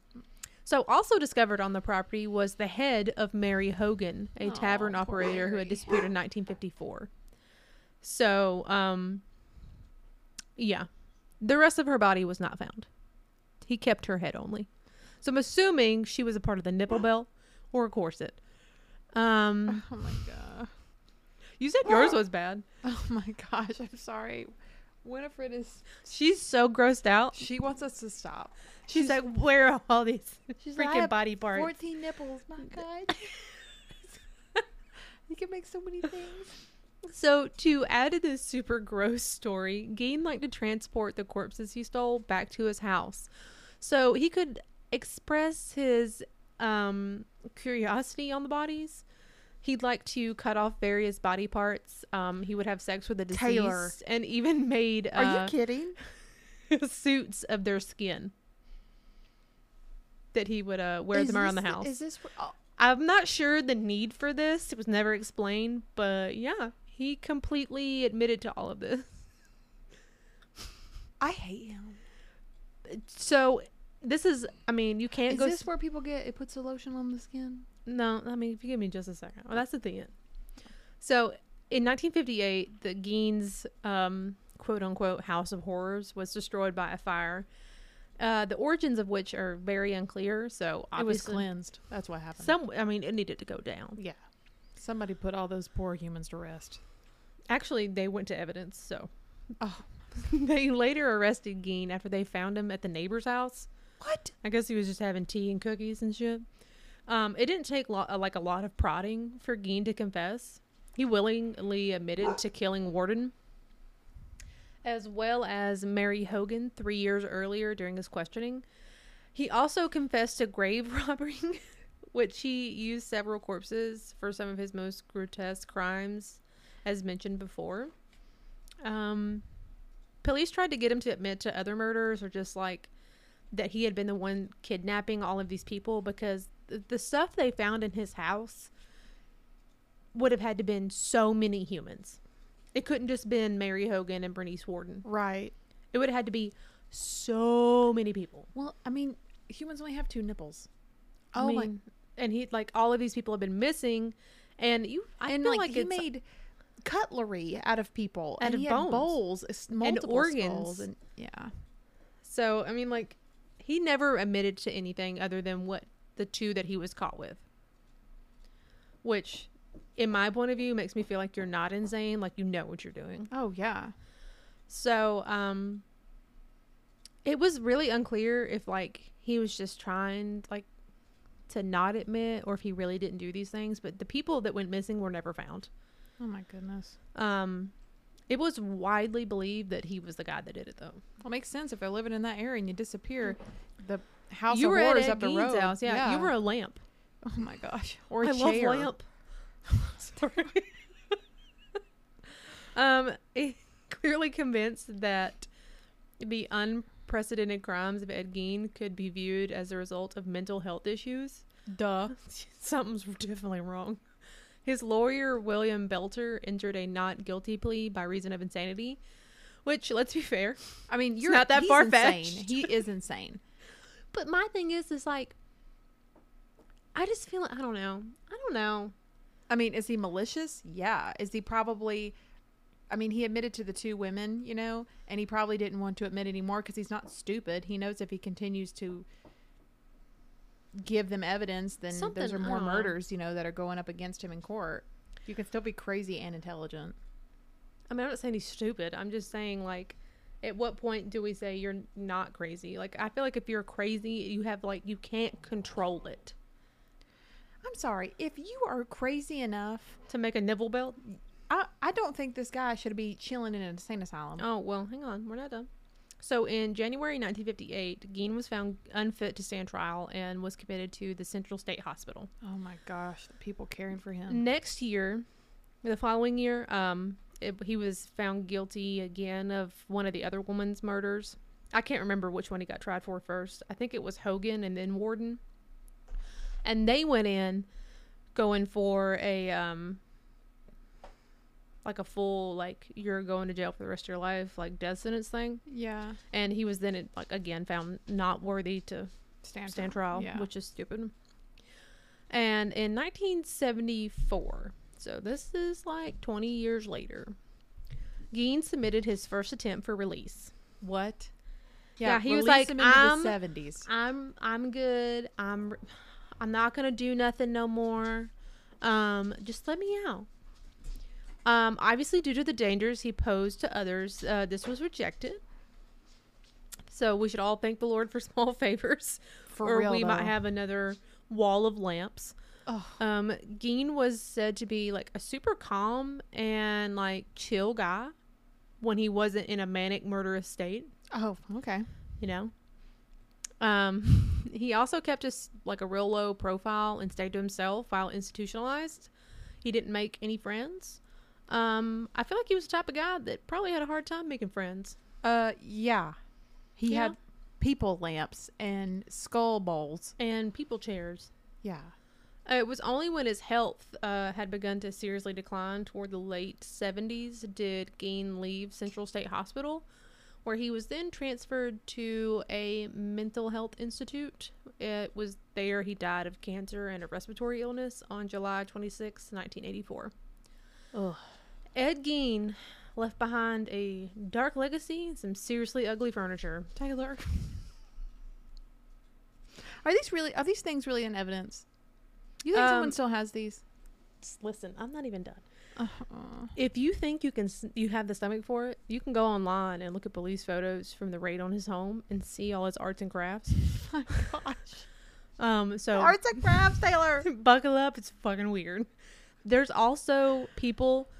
[SPEAKER 3] So, also discovered on the property was the head of Mary Hogan, a
[SPEAKER 2] Aw,
[SPEAKER 3] tavern
[SPEAKER 2] poor
[SPEAKER 3] operator who had
[SPEAKER 2] Mary.
[SPEAKER 3] disappeared in 1954. So, um, yeah. The rest of her body was not found. He kept her head only. So, I'm assuming she was a part of the nipple belt or a corset. Um,
[SPEAKER 2] Oh my god.
[SPEAKER 3] [laughs] you said yours was bad.
[SPEAKER 2] Oh my gosh. I'm sorry. Winifred is.
[SPEAKER 3] She's so grossed out.
[SPEAKER 2] She wants us to stop.
[SPEAKER 3] She's, like, where are all these
[SPEAKER 2] She's like, "I
[SPEAKER 3] freaking
[SPEAKER 2] have
[SPEAKER 3] body parts?
[SPEAKER 2] Fourteen nipples. My [laughs] god. you can make so many things.
[SPEAKER 3] So to add to this super gross story, Geen liked to transport the corpses he stole back to his house, so he could express his um, curiosity on the bodies. He'd like to cut off various body parts. Um, he would have sex with the deceased,
[SPEAKER 2] Taylor.
[SPEAKER 3] and even made uh,
[SPEAKER 2] kidding?
[SPEAKER 3] [laughs] suits of their skin that he would uh, wear
[SPEAKER 2] Is
[SPEAKER 3] them around the
[SPEAKER 2] this
[SPEAKER 3] house.
[SPEAKER 2] Is this? wh- oh,
[SPEAKER 3] I'm not sure the need for this. It was never explained, but yeah, he completely admitted to all of this.
[SPEAKER 2] I hate him.
[SPEAKER 3] So this is, I mean, you can't
[SPEAKER 2] Is
[SPEAKER 3] go.
[SPEAKER 2] this
[SPEAKER 3] s-
[SPEAKER 2] where people get it puts a lotion on the skin?
[SPEAKER 3] no, I mean, if you give me just a second, well, that's at the end. So in 1958, the Geen's um, quote unquote house of horrors was destroyed by a fire, uh, the origins of which are very unclear. So obviously,
[SPEAKER 2] It was cleansed. That's what happened.
[SPEAKER 3] some, I mean, it needed to go down.
[SPEAKER 2] yeah. Somebody put all those poor humans to rest.
[SPEAKER 3] Actually, they went to evidence, so.
[SPEAKER 2] Oh.
[SPEAKER 3] [laughs] they later arrested Geen after they found him at the neighbor's house.
[SPEAKER 2] What?
[SPEAKER 3] I guess he was just having tea and cookies and shit. Um, it didn't take lo- uh, like a lot of prodding for Geen to confess. He willingly admitted to killing Warden, as well as Mary Hogan three years earlier during his questioning. He also confessed to grave [laughs] robbing, which he used several corpses for some of his most grotesque crimes, as mentioned before. Um, police tried to get him to admit to other murders or just like that he had been the one kidnapping all of these people because th- the stuff they found in his house would have had to been so many humans. It couldn't just been Mary Hogan and Bernice Warden.
[SPEAKER 2] Right.
[SPEAKER 3] It would have had to be so many people.
[SPEAKER 2] Well, I mean, humans only have two nipples. Oh
[SPEAKER 3] I mean, and he like all of these people have been missing, and you I
[SPEAKER 2] and
[SPEAKER 3] feel
[SPEAKER 2] like,
[SPEAKER 3] like,
[SPEAKER 2] he
[SPEAKER 3] it's
[SPEAKER 2] made cutlery out of people,
[SPEAKER 3] Out
[SPEAKER 2] and
[SPEAKER 3] of
[SPEAKER 2] he
[SPEAKER 3] bones.
[SPEAKER 2] had bowls, s- multiple
[SPEAKER 3] organs.
[SPEAKER 2] skulls, and yeah,
[SPEAKER 3] so. I mean, like he never admitted to anything other than what the two that he was caught with, which, in my point of view, makes me feel like you're not insane. Like you know what you're doing.
[SPEAKER 2] oh yeah,
[SPEAKER 3] So, um it was really unclear if like he was just trying like to not admit or if he really didn't do these things, but the people that went missing were never found.
[SPEAKER 2] oh my goodness.
[SPEAKER 3] Um it was widely believed that he was the guy that did it though.
[SPEAKER 2] Well, makes sense if they're living in that area and you disappear. The house
[SPEAKER 3] you
[SPEAKER 2] of
[SPEAKER 3] were at
[SPEAKER 2] horrors
[SPEAKER 3] Ed
[SPEAKER 2] up the
[SPEAKER 3] Gein's
[SPEAKER 2] road.
[SPEAKER 3] house. Yeah, you were a lamp.
[SPEAKER 2] Oh my gosh, or a
[SPEAKER 3] I
[SPEAKER 2] chair.
[SPEAKER 3] love lamp. [laughs] Sorry. [laughs] um, it [laughs] clearly convinced that the unprecedented crimes of Ed Gein could be viewed as a result of mental health issues. [laughs]
[SPEAKER 2] Duh.
[SPEAKER 3] Something's definitely wrong. His lawyer, William Belter, entered a not guilty plea by reason of insanity, which, let's be fair,
[SPEAKER 2] I mean, you're
[SPEAKER 3] not that
[SPEAKER 2] he's
[SPEAKER 3] far-fetched.
[SPEAKER 2] insane. He is insane.
[SPEAKER 3] But my thing is, is like, I just feel I don't know. I don't know.
[SPEAKER 2] I mean, is he malicious? Yeah. Is he probably? I mean, he admitted to the two women, you know, and he probably didn't want to admit anymore because he's not stupid. He knows if he continues to give them evidence, then those
[SPEAKER 3] Something-
[SPEAKER 2] are
[SPEAKER 3] I
[SPEAKER 2] more
[SPEAKER 3] don't know.
[SPEAKER 2] murders, you know, that are going up against him in court. You can still be crazy and intelligent.
[SPEAKER 3] I mean, I'm not saying he's stupid. I'm just saying like, at what point do we say you're not crazy? Like, I feel like if you're crazy, you have like you can't control it
[SPEAKER 2] I'm sorry. If you are crazy enough,
[SPEAKER 3] to make a nibble belt.
[SPEAKER 2] I, I don't think this guy should be chilling in an insane asylum.
[SPEAKER 3] Oh well, hang on, we're not done. So in January 1958, Geen was found unfit to stand trial and was committed to the Central State Hospital.
[SPEAKER 2] Oh my gosh, the people caring for him.
[SPEAKER 3] next year the following year um it, he was found guilty again of one of the other woman's murders i can't remember which one he got tried for first i think it was hogan and then warden and they went in going for a um like a full like you're going to jail for the rest of your life like death sentence thing
[SPEAKER 2] Yeah,
[SPEAKER 3] and he was then like again found not worthy to
[SPEAKER 2] stand,
[SPEAKER 3] stand trial,
[SPEAKER 2] Yeah.
[SPEAKER 3] which is stupid. And in 1974, so this is like 20 years later, Geen submitted his first attempt for release.
[SPEAKER 2] What?
[SPEAKER 3] Yeah, he was
[SPEAKER 2] release
[SPEAKER 3] like, "Um, uh,
[SPEAKER 2] him into
[SPEAKER 3] "I'm-
[SPEAKER 2] the 70s.
[SPEAKER 3] I'm I'm good. I'm I'm not gonna do nothing no more. Um, just let me out. Um, obviously, due to the dangers he posed to others, uh, this was rejected. So we should all thank the Lord for [laughs] small favors,
[SPEAKER 2] For
[SPEAKER 3] or
[SPEAKER 2] real,
[SPEAKER 3] we might
[SPEAKER 2] though.
[SPEAKER 3] have another wall of lamps.
[SPEAKER 2] Ugh.
[SPEAKER 3] Um, Geen was said to be like a super calm and like chill guy when he wasn't in a manic murderous state
[SPEAKER 2] Oh, okay.
[SPEAKER 3] you know um [laughs] he also kept his like a real low profile and stayed to himself while institutionalized he didn't make any friends um i feel like he was the type of guy that probably had a hard time making friends
[SPEAKER 2] Uh, yeah, he
[SPEAKER 3] Yeah.
[SPEAKER 2] had people lamps and skull bowls.
[SPEAKER 3] and people chairs
[SPEAKER 2] Yeah.
[SPEAKER 3] Uh, it was only when his health uh, had begun to seriously decline toward the late 70s did Geen leave Central State Hospital, where he was then transferred to a mental health institute. It was there he died of cancer and a respiratory illness on July 26, 1984.
[SPEAKER 2] Ugh.
[SPEAKER 3] Ed Geen left behind a dark legacy and some seriously ugly furniture. Taylor.
[SPEAKER 2] Are these really? Are these things really in evidence? You think
[SPEAKER 3] Um,
[SPEAKER 2] someone still has these?
[SPEAKER 3] Just listen, I'm not even done.
[SPEAKER 2] Uh, [laughs]
[SPEAKER 3] If you think you can, s- you have the stomach for it, you can go online and look at police photos from the raid on his home and see all his arts and crafts.
[SPEAKER 2] my gosh.
[SPEAKER 3] Um, so
[SPEAKER 2] [laughs] Arts and crafts, Taylor.
[SPEAKER 3] [laughs] buckle up it's fucking weird there's also people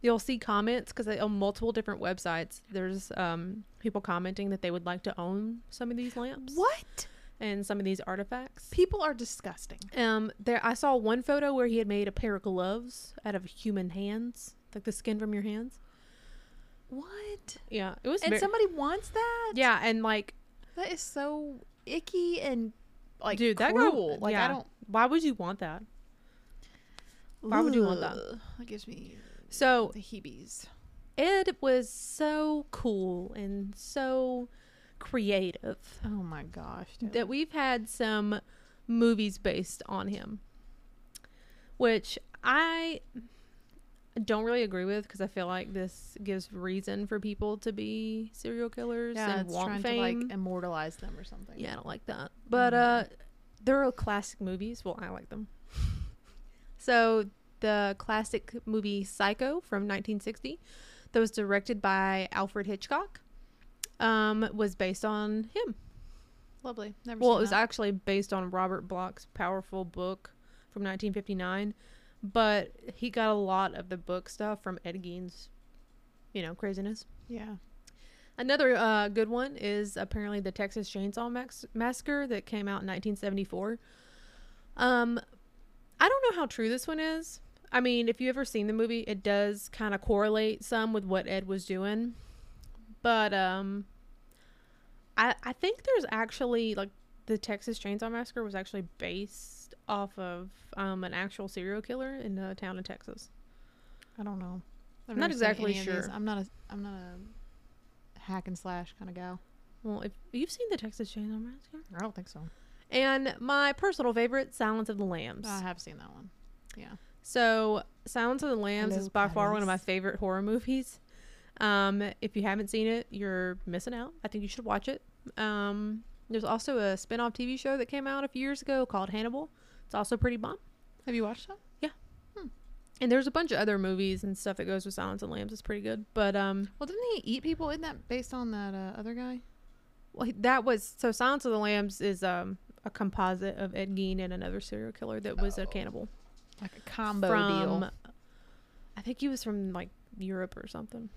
[SPEAKER 3] you'll see comments because on multiple different websites there's um, people commenting that they would like to own some of these lamps
[SPEAKER 2] What?
[SPEAKER 3] and some of these artifacts
[SPEAKER 2] People are disgusting.
[SPEAKER 3] um there i saw one photo where he had made a pair of gloves out of human hands like the skin from your hands
[SPEAKER 2] What?
[SPEAKER 3] yeah it was
[SPEAKER 2] And
[SPEAKER 3] very-
[SPEAKER 2] somebody wants that?
[SPEAKER 3] yeah and like
[SPEAKER 2] That is so icky and like
[SPEAKER 3] dude that
[SPEAKER 2] cruel.
[SPEAKER 3] guy
[SPEAKER 2] like
[SPEAKER 3] yeah.
[SPEAKER 2] I don't.
[SPEAKER 3] why would you want that Why would you want that?
[SPEAKER 2] Ugh, That gives me
[SPEAKER 3] so
[SPEAKER 2] Oh, the heebies.
[SPEAKER 3] Ed was so cool and so creative
[SPEAKER 2] Oh my gosh. dude.
[SPEAKER 3] that we've had some movies based on him, which I don't really agree with because I feel like this gives reason for people to be serial killers
[SPEAKER 2] Yeah,
[SPEAKER 3] and
[SPEAKER 2] it's
[SPEAKER 3] want
[SPEAKER 2] trying to like
[SPEAKER 3] fame.
[SPEAKER 2] immortalize them or something.
[SPEAKER 3] yeah, I don't like that. But uh, they're all classic movies. Well, I like them. [laughs] so the classic movie Psycho from 1960, that was directed by Alfred Hitchcock, um, was based on him.
[SPEAKER 2] Lovely. Never
[SPEAKER 3] Well,
[SPEAKER 2] seen
[SPEAKER 3] it was
[SPEAKER 2] that.
[SPEAKER 3] actually based on Robert Bloch's powerful book from 1959, but he got a lot of the book stuff from Ed Gein's, you know, craziness.
[SPEAKER 2] yeah.
[SPEAKER 3] Another uh, good one is apparently the Texas Chainsaw Max- Massacre that came out in 1974. Um, I don't know how true this one is. I mean, if you ever seen the movie, it does kind of correlate some with what Ed was doing, but um, I I think there's actually like the Texas Chainsaw Massacre was actually based off of um, an actual serial killer in the town of Texas.
[SPEAKER 2] I don't know. i
[SPEAKER 3] I'm not exactly sure.
[SPEAKER 2] I'm not a I'm not a hack and slash kind of gal.
[SPEAKER 3] Well, if you've seen the Texas Chainsaw Massacre.
[SPEAKER 2] I don't think so.
[SPEAKER 3] And my personal favorite, Silence of the Lambs.
[SPEAKER 2] I have seen that one.
[SPEAKER 3] So, Silence of the Lambs
[SPEAKER 2] Hello,
[SPEAKER 3] is by far one of
[SPEAKER 2] Patties.
[SPEAKER 3] my favorite horror movies. Um, if you haven't seen it, you're missing out. I think you should watch it. Um, there's also a spin off TV show that came out a few years ago called Hannibal. It's also pretty bomb.
[SPEAKER 2] Have you watched that?
[SPEAKER 3] And there's a bunch of other movies and stuff that goes with Silence of the Lambs. It's pretty good. But um,
[SPEAKER 2] Well, didn't he eat people? Isn't that based on that uh, other guy?
[SPEAKER 3] well, that was so Silence of the Lambs is um, a composite of Ed Gein and another serial killer that was a
[SPEAKER 2] Oh.
[SPEAKER 3] cannibal.
[SPEAKER 2] Like a combo deal.
[SPEAKER 3] I think he was from like Europe or something.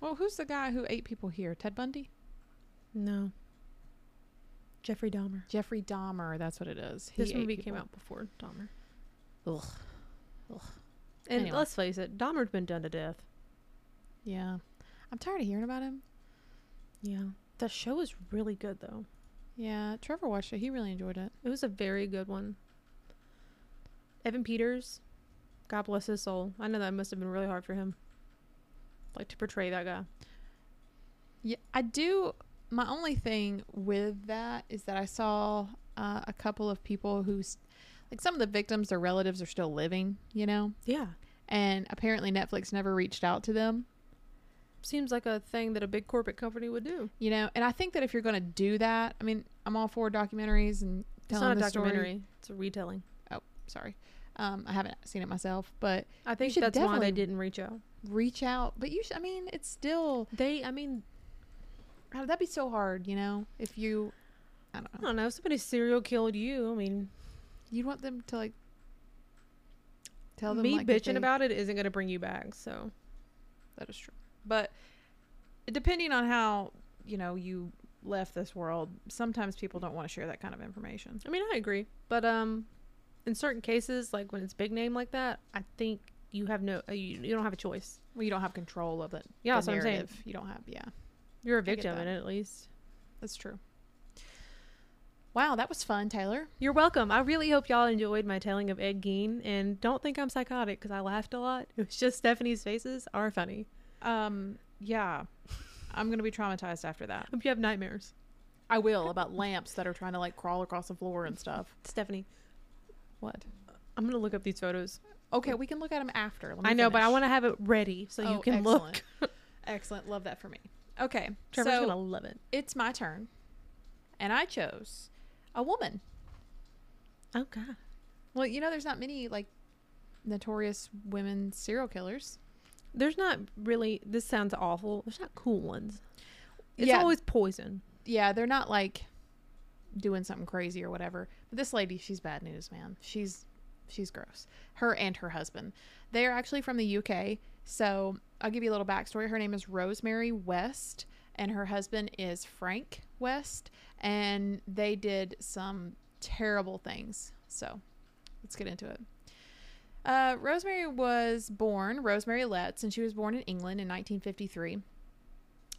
[SPEAKER 2] Well, who's the guy who ate people here? Ted Bundy?
[SPEAKER 3] No. Jeffrey Dahmer.
[SPEAKER 2] Jeffrey Dahmer. That's what it is. He
[SPEAKER 3] this
[SPEAKER 2] ate
[SPEAKER 3] movie
[SPEAKER 2] people.
[SPEAKER 3] came out before Dahmer.
[SPEAKER 2] Ugh.
[SPEAKER 3] And
[SPEAKER 2] Anyway.
[SPEAKER 3] let's face it, Dahmer's been done to death.
[SPEAKER 2] Yeah. I'm tired of hearing about him.
[SPEAKER 3] Yeah. The show is really good though.
[SPEAKER 2] Yeah. Trevor watched it. He really enjoyed it.
[SPEAKER 3] It was a very good one. Evan Peters, God bless his soul. I know that must have been really hard for him. Like to portray that guy.
[SPEAKER 2] Yeah, I do. My only thing with that is that I saw uh, a couple of people who, s- like some of the victims, their relatives are still living, you know,
[SPEAKER 3] Yeah.
[SPEAKER 2] and apparently Netflix never reached out to them,
[SPEAKER 3] Seems like a thing that a big corporate company would do.
[SPEAKER 2] you know. And I think that if you're going to do that, I mean, I'm all for documentaries and
[SPEAKER 3] It's
[SPEAKER 2] telling
[SPEAKER 3] not a
[SPEAKER 2] the story.
[SPEAKER 3] documentary. It's a retelling.
[SPEAKER 2] Sorry, um, I haven't seen it myself, but
[SPEAKER 3] I think
[SPEAKER 2] should
[SPEAKER 3] that's why
[SPEAKER 2] definitely-
[SPEAKER 3] they didn't reach out.
[SPEAKER 2] reach out. But you, sh- I mean, it's still
[SPEAKER 3] They I mean
[SPEAKER 2] God, that'd be so hard, you know, if you, I don't know.
[SPEAKER 3] I don't know. If somebody serial killed you, I mean,
[SPEAKER 2] You'd want them to like tell them
[SPEAKER 3] me
[SPEAKER 2] like, that
[SPEAKER 3] bitching
[SPEAKER 2] they-
[SPEAKER 3] about it isn't going to bring you back. So,
[SPEAKER 2] That is true. But depending on how, you know, you left this world, sometimes people don't want to share that kind of information.
[SPEAKER 3] I mean, I agree. But um, in certain cases, like when it's big name like that, I think you have no, uh, you, you don't have a choice.
[SPEAKER 2] Well, you don't have control of it.
[SPEAKER 3] Yeah,
[SPEAKER 2] the
[SPEAKER 3] that's what I'm saying.
[SPEAKER 2] narrative. You don't have, yeah.
[SPEAKER 3] You're a
[SPEAKER 2] get
[SPEAKER 3] victim in
[SPEAKER 2] that.
[SPEAKER 3] it, at least.
[SPEAKER 2] That's true. Wow, that was fun, Taylor.
[SPEAKER 3] You're welcome. I really hope y'all enjoyed my telling of Ed Gein, and don't think I'm psychotic because I laughed a lot. [laughs] It was just Stephanie's faces are funny.
[SPEAKER 2] Um, yeah. I'm going to be traumatized after that.
[SPEAKER 3] Hope you have nightmares,
[SPEAKER 2] I will about lamps that are trying to like crawl across the floor and stuff.
[SPEAKER 3] Stephanie.
[SPEAKER 2] What?
[SPEAKER 3] I'm gonna look up these photos.
[SPEAKER 2] Okay, we can look at them after. Let me
[SPEAKER 3] I know, but I
[SPEAKER 2] finish.
[SPEAKER 3] want to have it ready so you
[SPEAKER 2] Oh,
[SPEAKER 3] can look.
[SPEAKER 2] excellent. Excellent. Love that for me. Okay.
[SPEAKER 3] Trevor's
[SPEAKER 2] so,
[SPEAKER 3] gonna love it.
[SPEAKER 2] it's my turn. And I chose a woman.
[SPEAKER 3] Oh God.
[SPEAKER 2] Well, you know, there's not many like notorious women serial killers.
[SPEAKER 3] There's not really. This sounds awful. There's not cool ones. It's
[SPEAKER 2] Yeah.
[SPEAKER 3] always poison.
[SPEAKER 2] Yeah, they're not like doing something crazy or whatever. But this lady, she's bad news, man. She's she's gross. Her and her husband. They are actually from the UK. So I'll give you a little backstory. Her name is Rosemary West, and her husband is Frank West, and they did some terrible things. So let's get into it. Uh, Rosemary was born Rosemary Letts, and she was born in England in 1953.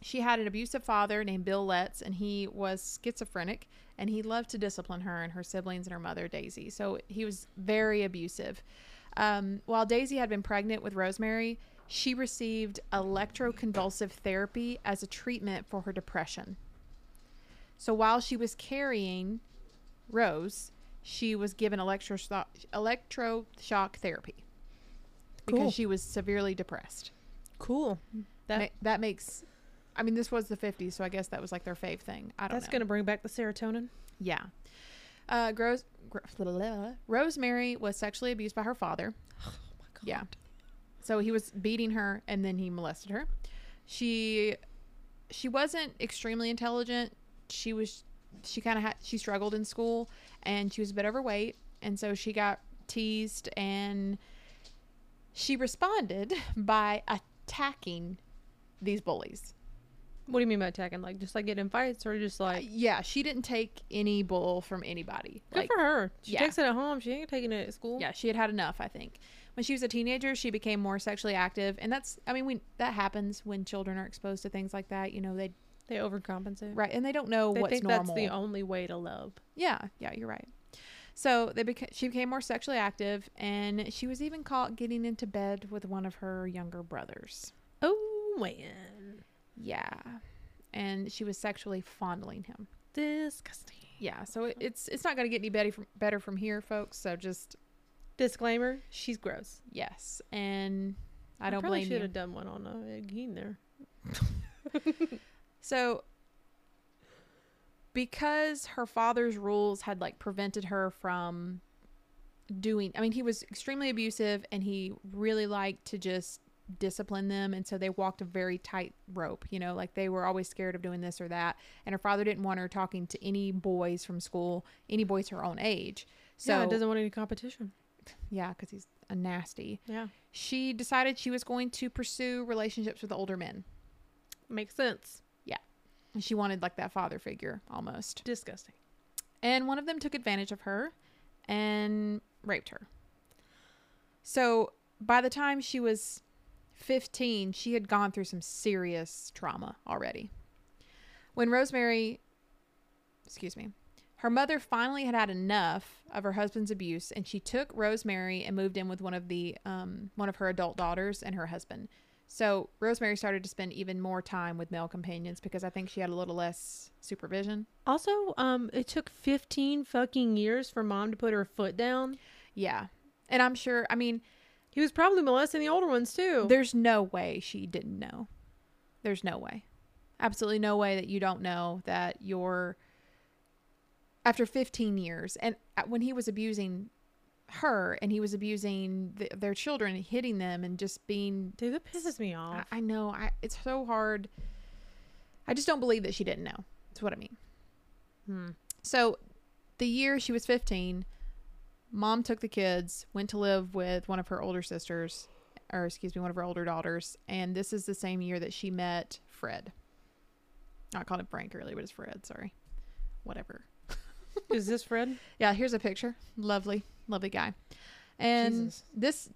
[SPEAKER 2] She had an abusive father named Bill Letts, and he was schizophrenic, and he loved to discipline her and her siblings and her mother, Daisy. So he was very abusive. Um, while Daisy had been pregnant with Rosemary, she received electroconvulsive therapy as a treatment for her depression. So while she was carrying Rose, she was given electroshock, electroshock therapy
[SPEAKER 1] Cool.
[SPEAKER 2] because she was severely depressed.
[SPEAKER 1] Cool. That-
[SPEAKER 2] That, that makes, I mean, this was the 50s, so I guess that was like their fave thing. I don't
[SPEAKER 1] That's
[SPEAKER 2] know.
[SPEAKER 1] going to bring back the serotonin.
[SPEAKER 2] Yeah. Uh, Gros- Gro- blah, blah, blah. Rosemary was sexually abused by her father.
[SPEAKER 1] Oh my God.
[SPEAKER 2] Yeah. So he was beating her and then he molested her. She she wasn't extremely intelligent. She was she kind of had she struggled in school and she was a bit overweight and so she got teased and she responded by attacking these bullies.
[SPEAKER 1] What do you mean by attacking? Like, just like getting in fights or just like.
[SPEAKER 2] Uh, Yeah, she didn't take any bull from anybody.
[SPEAKER 1] Good
[SPEAKER 2] Like,
[SPEAKER 1] for her. She
[SPEAKER 2] yeah.
[SPEAKER 1] takes it at home. She ain't taking it at school.
[SPEAKER 2] yeah she had had enough i think when she was a teenager she became more sexually active and that's i mean we that happens when children are exposed to things like that you know they
[SPEAKER 1] They overcompensate.
[SPEAKER 2] right and they don't know
[SPEAKER 1] They
[SPEAKER 2] what's
[SPEAKER 1] think
[SPEAKER 2] normal
[SPEAKER 1] that's the only way to love.
[SPEAKER 2] yeah yeah you're right so they beca- she became more sexually active and she was even caught getting into bed with one of her younger brothers
[SPEAKER 1] Oh man,
[SPEAKER 2] yeah and she was sexually fondling him
[SPEAKER 1] disgusting.
[SPEAKER 2] yeah so it, it's it's not going to get any better from, better from here folks so just
[SPEAKER 1] Disclaimer: She's gross.
[SPEAKER 2] yes and i don't
[SPEAKER 1] probably
[SPEAKER 2] blame
[SPEAKER 1] should
[SPEAKER 2] you
[SPEAKER 1] have done one on uh, Gene there.
[SPEAKER 2] So because her father's rules had like prevented her from doing I mean he was extremely abusive and he really liked to just discipline them and so they walked a very tight rope, you know, like they were always scared of doing this or that and her father didn't want her talking to any boys from school, any boys her own age. So
[SPEAKER 1] So it doesn't want any competition.
[SPEAKER 2] yeah, cuz he's a nasty.
[SPEAKER 1] Yeah,
[SPEAKER 2] She decided she was going to pursue relationships with older men.
[SPEAKER 1] makes sense.
[SPEAKER 2] And She wanted like that father figure almost.
[SPEAKER 1] Disgusting.
[SPEAKER 2] and one of them took advantage of her and raped her. So by the time she was 15, she had gone through some serious trauma already. When Rosemary, excuse me, her mother finally had had enough of her husband's abuse, and she took Rosemary and moved in with one of the um, one of her adult daughters and her husband. So Rosemary started to spend even more time with male companions because I think she had a little less supervision.
[SPEAKER 1] Also, um, it took 15 fucking years for mom to put her foot down.
[SPEAKER 2] Yeah. And I'm sure, I mean,
[SPEAKER 1] He was probably molesting the older ones too.
[SPEAKER 2] there's no way she didn't know. There's no way. Absolutely no way that you don't know that your after 15 years and at- when he was abusing her and he was abusing th their children and hitting them and just being
[SPEAKER 1] Dude, that pisses me off.
[SPEAKER 2] I, I know I it's so hard. I just don't believe that she didn't know. That's what I mean.
[SPEAKER 1] Hmm.
[SPEAKER 2] So, the year she was 15, mom took the kids, went to live with one of her older sisters, or excuse me, one of her older daughters. And this is the same year that she met Fred. I called him Frank earlier, but it's Fred, sorry. Whatever.
[SPEAKER 1] [laughs] Is this Fred?
[SPEAKER 2] Yeah, here's a picture. Lovely, lovely guy. And
[SPEAKER 1] Jesus.
[SPEAKER 2] this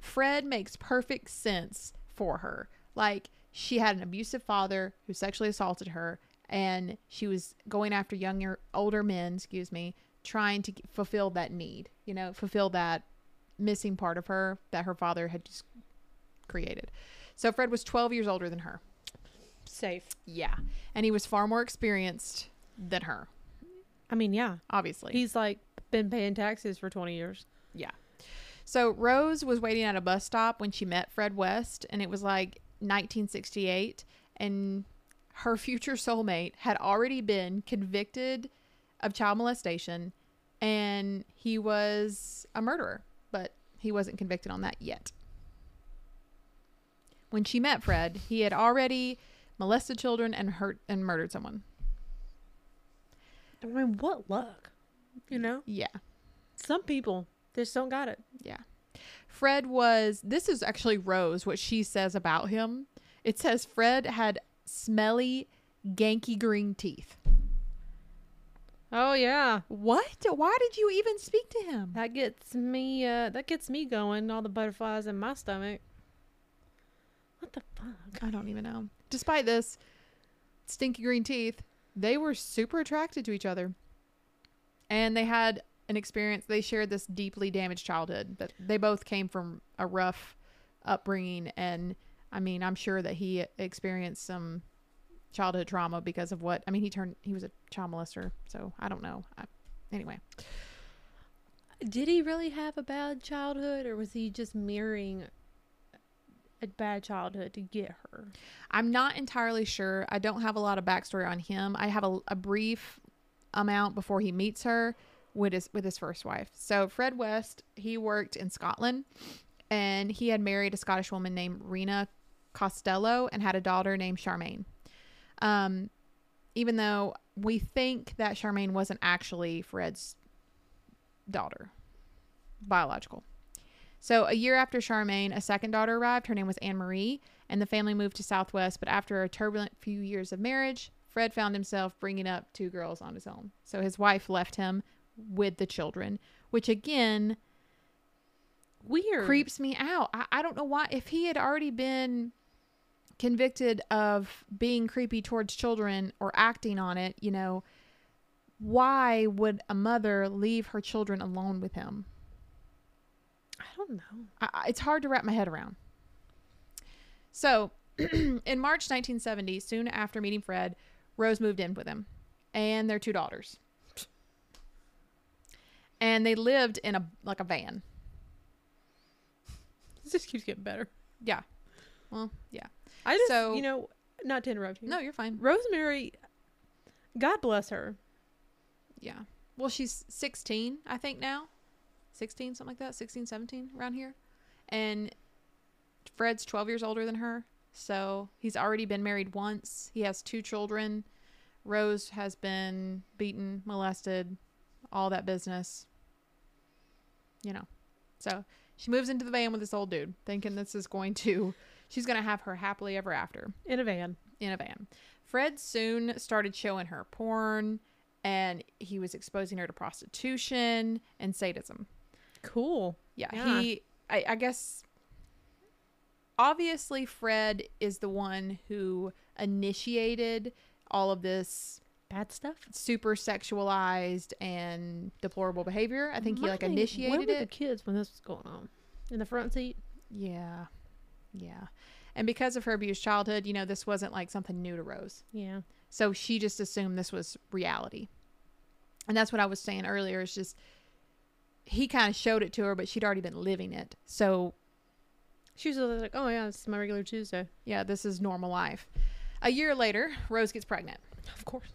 [SPEAKER 2] Fred makes perfect sense for her. Like she had an abusive father who sexually assaulted her and she was going after younger older men, excuse me, trying to fulfill that need, you know, fulfill that missing part of her that her father had just created. So Fred was 12 years older than her.
[SPEAKER 1] Safe.
[SPEAKER 2] Yeah. And he was far more experienced than her,
[SPEAKER 1] I mean, yeah.
[SPEAKER 2] obviously.
[SPEAKER 1] He's like been paying taxes for 20 years.
[SPEAKER 2] Yeah. So Rose was waiting at a bus stop when she met Fred West, and it was like 1968, and her [laughs] future soulmate had already been convicted of child molestation, and he was a murderer, but he wasn't convicted on that yet. When she met Fred, he had already molested children and hurt and murdered someone.
[SPEAKER 1] I mean, what luck? You know,
[SPEAKER 2] Yeah.
[SPEAKER 1] some people just don't got it.
[SPEAKER 2] Fred was, this is actually Rose, what she says about him. It says Fred had smelly, ganky green teeth.
[SPEAKER 1] Oh yeah,
[SPEAKER 2] What? Why did you even speak to him?
[SPEAKER 1] that gets me. Uh, that gets me going. All the butterflies in my stomach. What the fuck?
[SPEAKER 2] I don't even know. Despite this stinky green teeth, they were super attracted to each other. And they had an experience, they shared this deeply damaged childhood, but they both came from a rough upbringing. And I mean, I'm sure that he experienced some childhood trauma because of what, I mean, he turned, he was a child molester. So I don't know. I, anyway,
[SPEAKER 1] Did he really have a bad childhood, or was he just mirroring a bad childhood to get her?
[SPEAKER 2] I'm not entirely sure. I don't have a lot of backstory on him. I have a, a brief amount before he meets her with his with his first wife. So Fred West, he worked in Scotland, and he had married a Scottish woman named Rena Costello and had a daughter named Charmaine. Um, even though we think that Charmaine wasn't actually Fred's daughter, biological. So a year after Charmaine, a second daughter arrived. Her name was Anne Marie and the family moved to Southwest. But after a turbulent few years of marriage, Fred found himself bringing up two girls on his own. So his wife left him with the children, which again
[SPEAKER 1] Weird.
[SPEAKER 2] creeps me out. I, I don't know why. If he had already been convicted of being creepy towards children or acting on it, you know, why would a mother leave her children alone with him?
[SPEAKER 1] I don't know.
[SPEAKER 2] I, I- it's hard to wrap my head around. So, [clears throat] in March 1970, soon after meeting Fred, Rose moved in with him and their two daughters. And they lived in a like a van.
[SPEAKER 1] This just keeps getting better.
[SPEAKER 2] Yeah. Well, yeah.
[SPEAKER 1] I just,
[SPEAKER 2] So-
[SPEAKER 1] you know, not to interrupt you.
[SPEAKER 2] No, you're fine.
[SPEAKER 1] Rosemary, God bless her.
[SPEAKER 2] Yeah. Well, she's 16, I think now. 16, something like that. 16, 17, around here. And Fred's 12 years older than her. So he's already been married once. He has two children. Rose has been beaten, molested, all that business. You know. So she moves into the van with this old dude, thinking this is going to, she's going to have her happily ever after
[SPEAKER 1] In a van.
[SPEAKER 2] in a van. Fred soon started showing her porn and he was exposing her to prostitution and sadism.
[SPEAKER 1] Cool.
[SPEAKER 2] Yeah,
[SPEAKER 1] Yeah.
[SPEAKER 2] he, I, I guess, obviously, Fred is the one who initiated all of this
[SPEAKER 1] Bad stuff.
[SPEAKER 2] super sexualized and deplorable behavior. I think he
[SPEAKER 1] My
[SPEAKER 2] like
[SPEAKER 1] thing is, Where
[SPEAKER 2] initiated
[SPEAKER 1] were the
[SPEAKER 2] it.
[SPEAKER 1] kids when this was going on? In the front seat.
[SPEAKER 2] Yeah. Yeah. And because of her abused childhood, you know, this wasn't like something new to Rose.
[SPEAKER 1] Yeah.
[SPEAKER 2] So she just assumed this was reality. And that's what I was saying earlier is just he kind of showed it to her, but she'd already been living it. So,
[SPEAKER 1] She was always like, "Oh yeah, this is my regular Tuesday."
[SPEAKER 2] yeah, this is normal life. A year later, Rose gets pregnant.
[SPEAKER 1] Of course.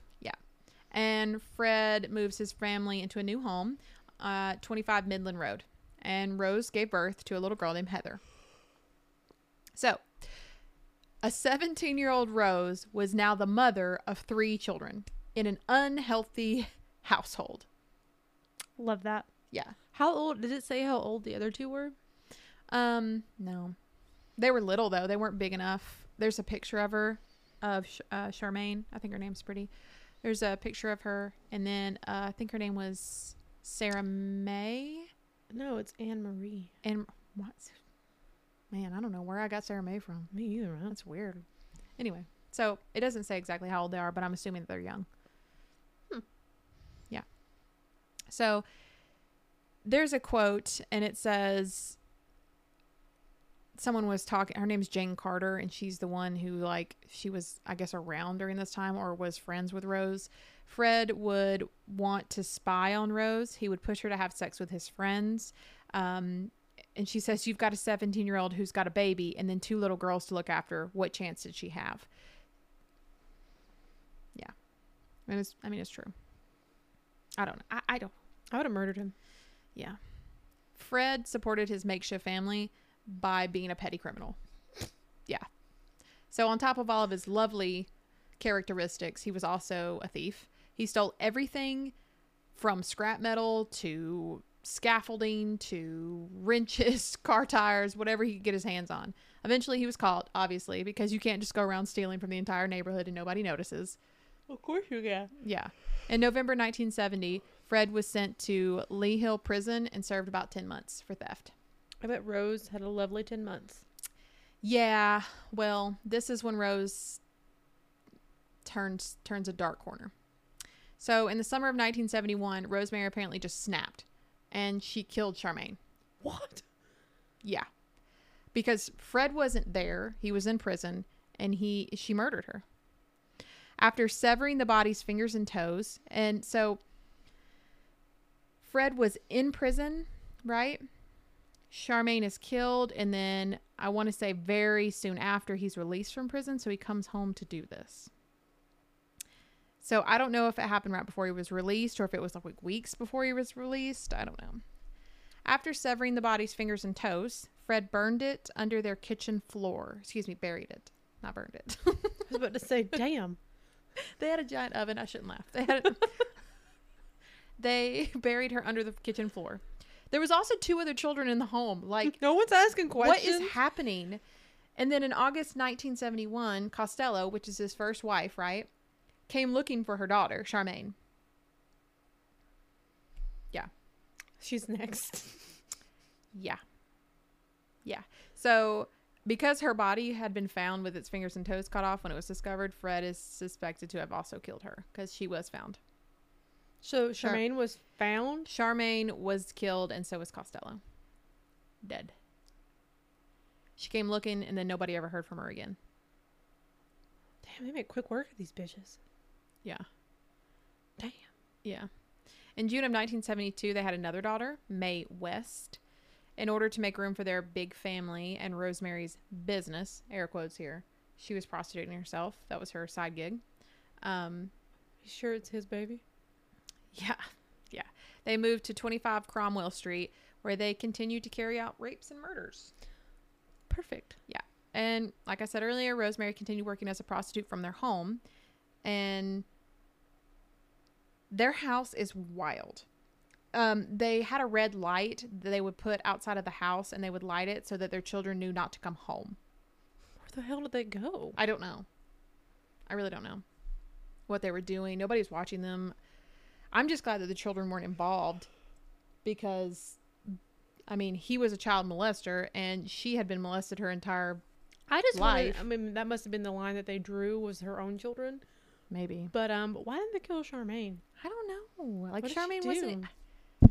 [SPEAKER 2] and Fred moves his family into a new home, uh, 25 Midland Road. And Rose gave birth to a little girl named Heather. So, a 17 year old Rose was now the mother of three children in an unhealthy [laughs] household.
[SPEAKER 1] Love that.
[SPEAKER 2] Yeah.
[SPEAKER 1] How old did it say? How old the other two were?
[SPEAKER 2] Um, no. They were little though. They weren't big enough. There's a picture of her, of Sh- uh, Charmaine. I think her name's pretty. There's a picture of her, and then uh, I think her name was Sarah May.
[SPEAKER 1] No, it's Anne Marie.
[SPEAKER 2] And what? Man, I don't know where I got Sarah May from.
[SPEAKER 1] Me either. Huh?
[SPEAKER 2] That's weird. Anyway, so it doesn't say exactly how old they are, but I'm assuming that they're young.
[SPEAKER 1] Hmm.
[SPEAKER 2] Yeah. So there's a quote, and it says someone was talking. Her name's Jane Carter, and she's the one who, like, she was, I guess, around during this time or was friends with Rose. Fred would want to spy on Rose. He would push her to have sex with his friends. Um, and she says you've got a 17 year old who's got a baby and then two little girls to look after what chance did she have yeah and it's i mean it's true i don't know i, I don't
[SPEAKER 1] I would have murdered him.
[SPEAKER 2] yeah fred supported his makeshift family by being a petty criminal yeah so on top of all of his lovely characteristics he was also a thief He stole everything from scrap metal to scaffolding to wrenches, [laughs] car tires, whatever he could get his hands on. Eventually, he was caught, obviously, because you can't just go around stealing from the entire neighborhood and nobody notices.
[SPEAKER 1] Of course you can.
[SPEAKER 2] Yeah. In November 1970, Fred was sent to Lee Hill Prison and served about 10 months for theft.
[SPEAKER 1] I bet Rose had a lovely 10 months.
[SPEAKER 2] Yeah, well, this is when Rose turns turns a dark corner. So in the summer of 1971, Rosemary apparently just snapped and she killed Charmaine.
[SPEAKER 1] What?
[SPEAKER 2] Yeah. Because Fred wasn't there, he was in prison, and he she murdered her. After severing the body's fingers and toes, and so Fred was in prison, right? Charmaine is killed, and then I want to say very soon after he's released from prison, so he comes home to do this. So I don't know if it happened right before he was released or if it was like weeks before he was released. I don't know. After severing the body's fingers and toes, Fred burned it under their kitchen floor. Excuse me, buried it, not burned it.
[SPEAKER 1] [laughs]
[SPEAKER 2] [laughs]
[SPEAKER 1] I was about to say, [laughs] damn.
[SPEAKER 2] they had a giant oven. I shouldn't laugh. They had. [laughs] they buried her under the kitchen floor. There was also two other children in the home. [laughs] Like
[SPEAKER 1] No one's asking
[SPEAKER 2] what is happening? And then in August 1971, Costello, which is his first wife, right, came looking for her daughter, Charmaine.
[SPEAKER 1] [laughs] She's next.
[SPEAKER 2] Yeah. Yeah. So, because her body had been found with its fingers and toes cut off when it was discovered, Fred is suspected to have also killed her because she was found.
[SPEAKER 1] [laughs] So
[SPEAKER 2] Sure.
[SPEAKER 1] Charmaine was found.
[SPEAKER 2] Charmaine was killed, and so was Costello. Dead. She came looking, and then nobody ever heard from her again.
[SPEAKER 1] Damn, they make quick work of these bitches.
[SPEAKER 2] Yeah.
[SPEAKER 1] Damn.
[SPEAKER 2] Yeah. In June of 1972, they had another daughter, May West. In order to make room for their big family and Rosemary's business, air quotes here, she was prostituting herself. That was her side gig. Um, [laughs]
[SPEAKER 1] You sure it's his baby?
[SPEAKER 2] yeah. Yeah. They moved to 25 Cromwell Street, where they continued to carry out rapes and murders.
[SPEAKER 1] Perfect.
[SPEAKER 2] And like I said earlier, Rosemary continued working as a prostitute from their home. And their house is wild. Um, they had a red light that they would put outside of the house and they would light it so that their children knew not to come home.
[SPEAKER 1] Where the hell did they go?
[SPEAKER 2] I don't know. I really don't know what they were doing. Nobody's watching them. I'm just glad that the children weren't involved because, I mean, he was a child molester and she had been molested her entire
[SPEAKER 1] I just wanted-
[SPEAKER 2] Life.
[SPEAKER 1] I mean, that must have been the line that they drew was her own children.
[SPEAKER 2] maybe
[SPEAKER 1] But um, why didn't they kill Charmaine?
[SPEAKER 2] I don't know. Like
[SPEAKER 1] What did she
[SPEAKER 2] Charmaine wasn't.
[SPEAKER 1] do?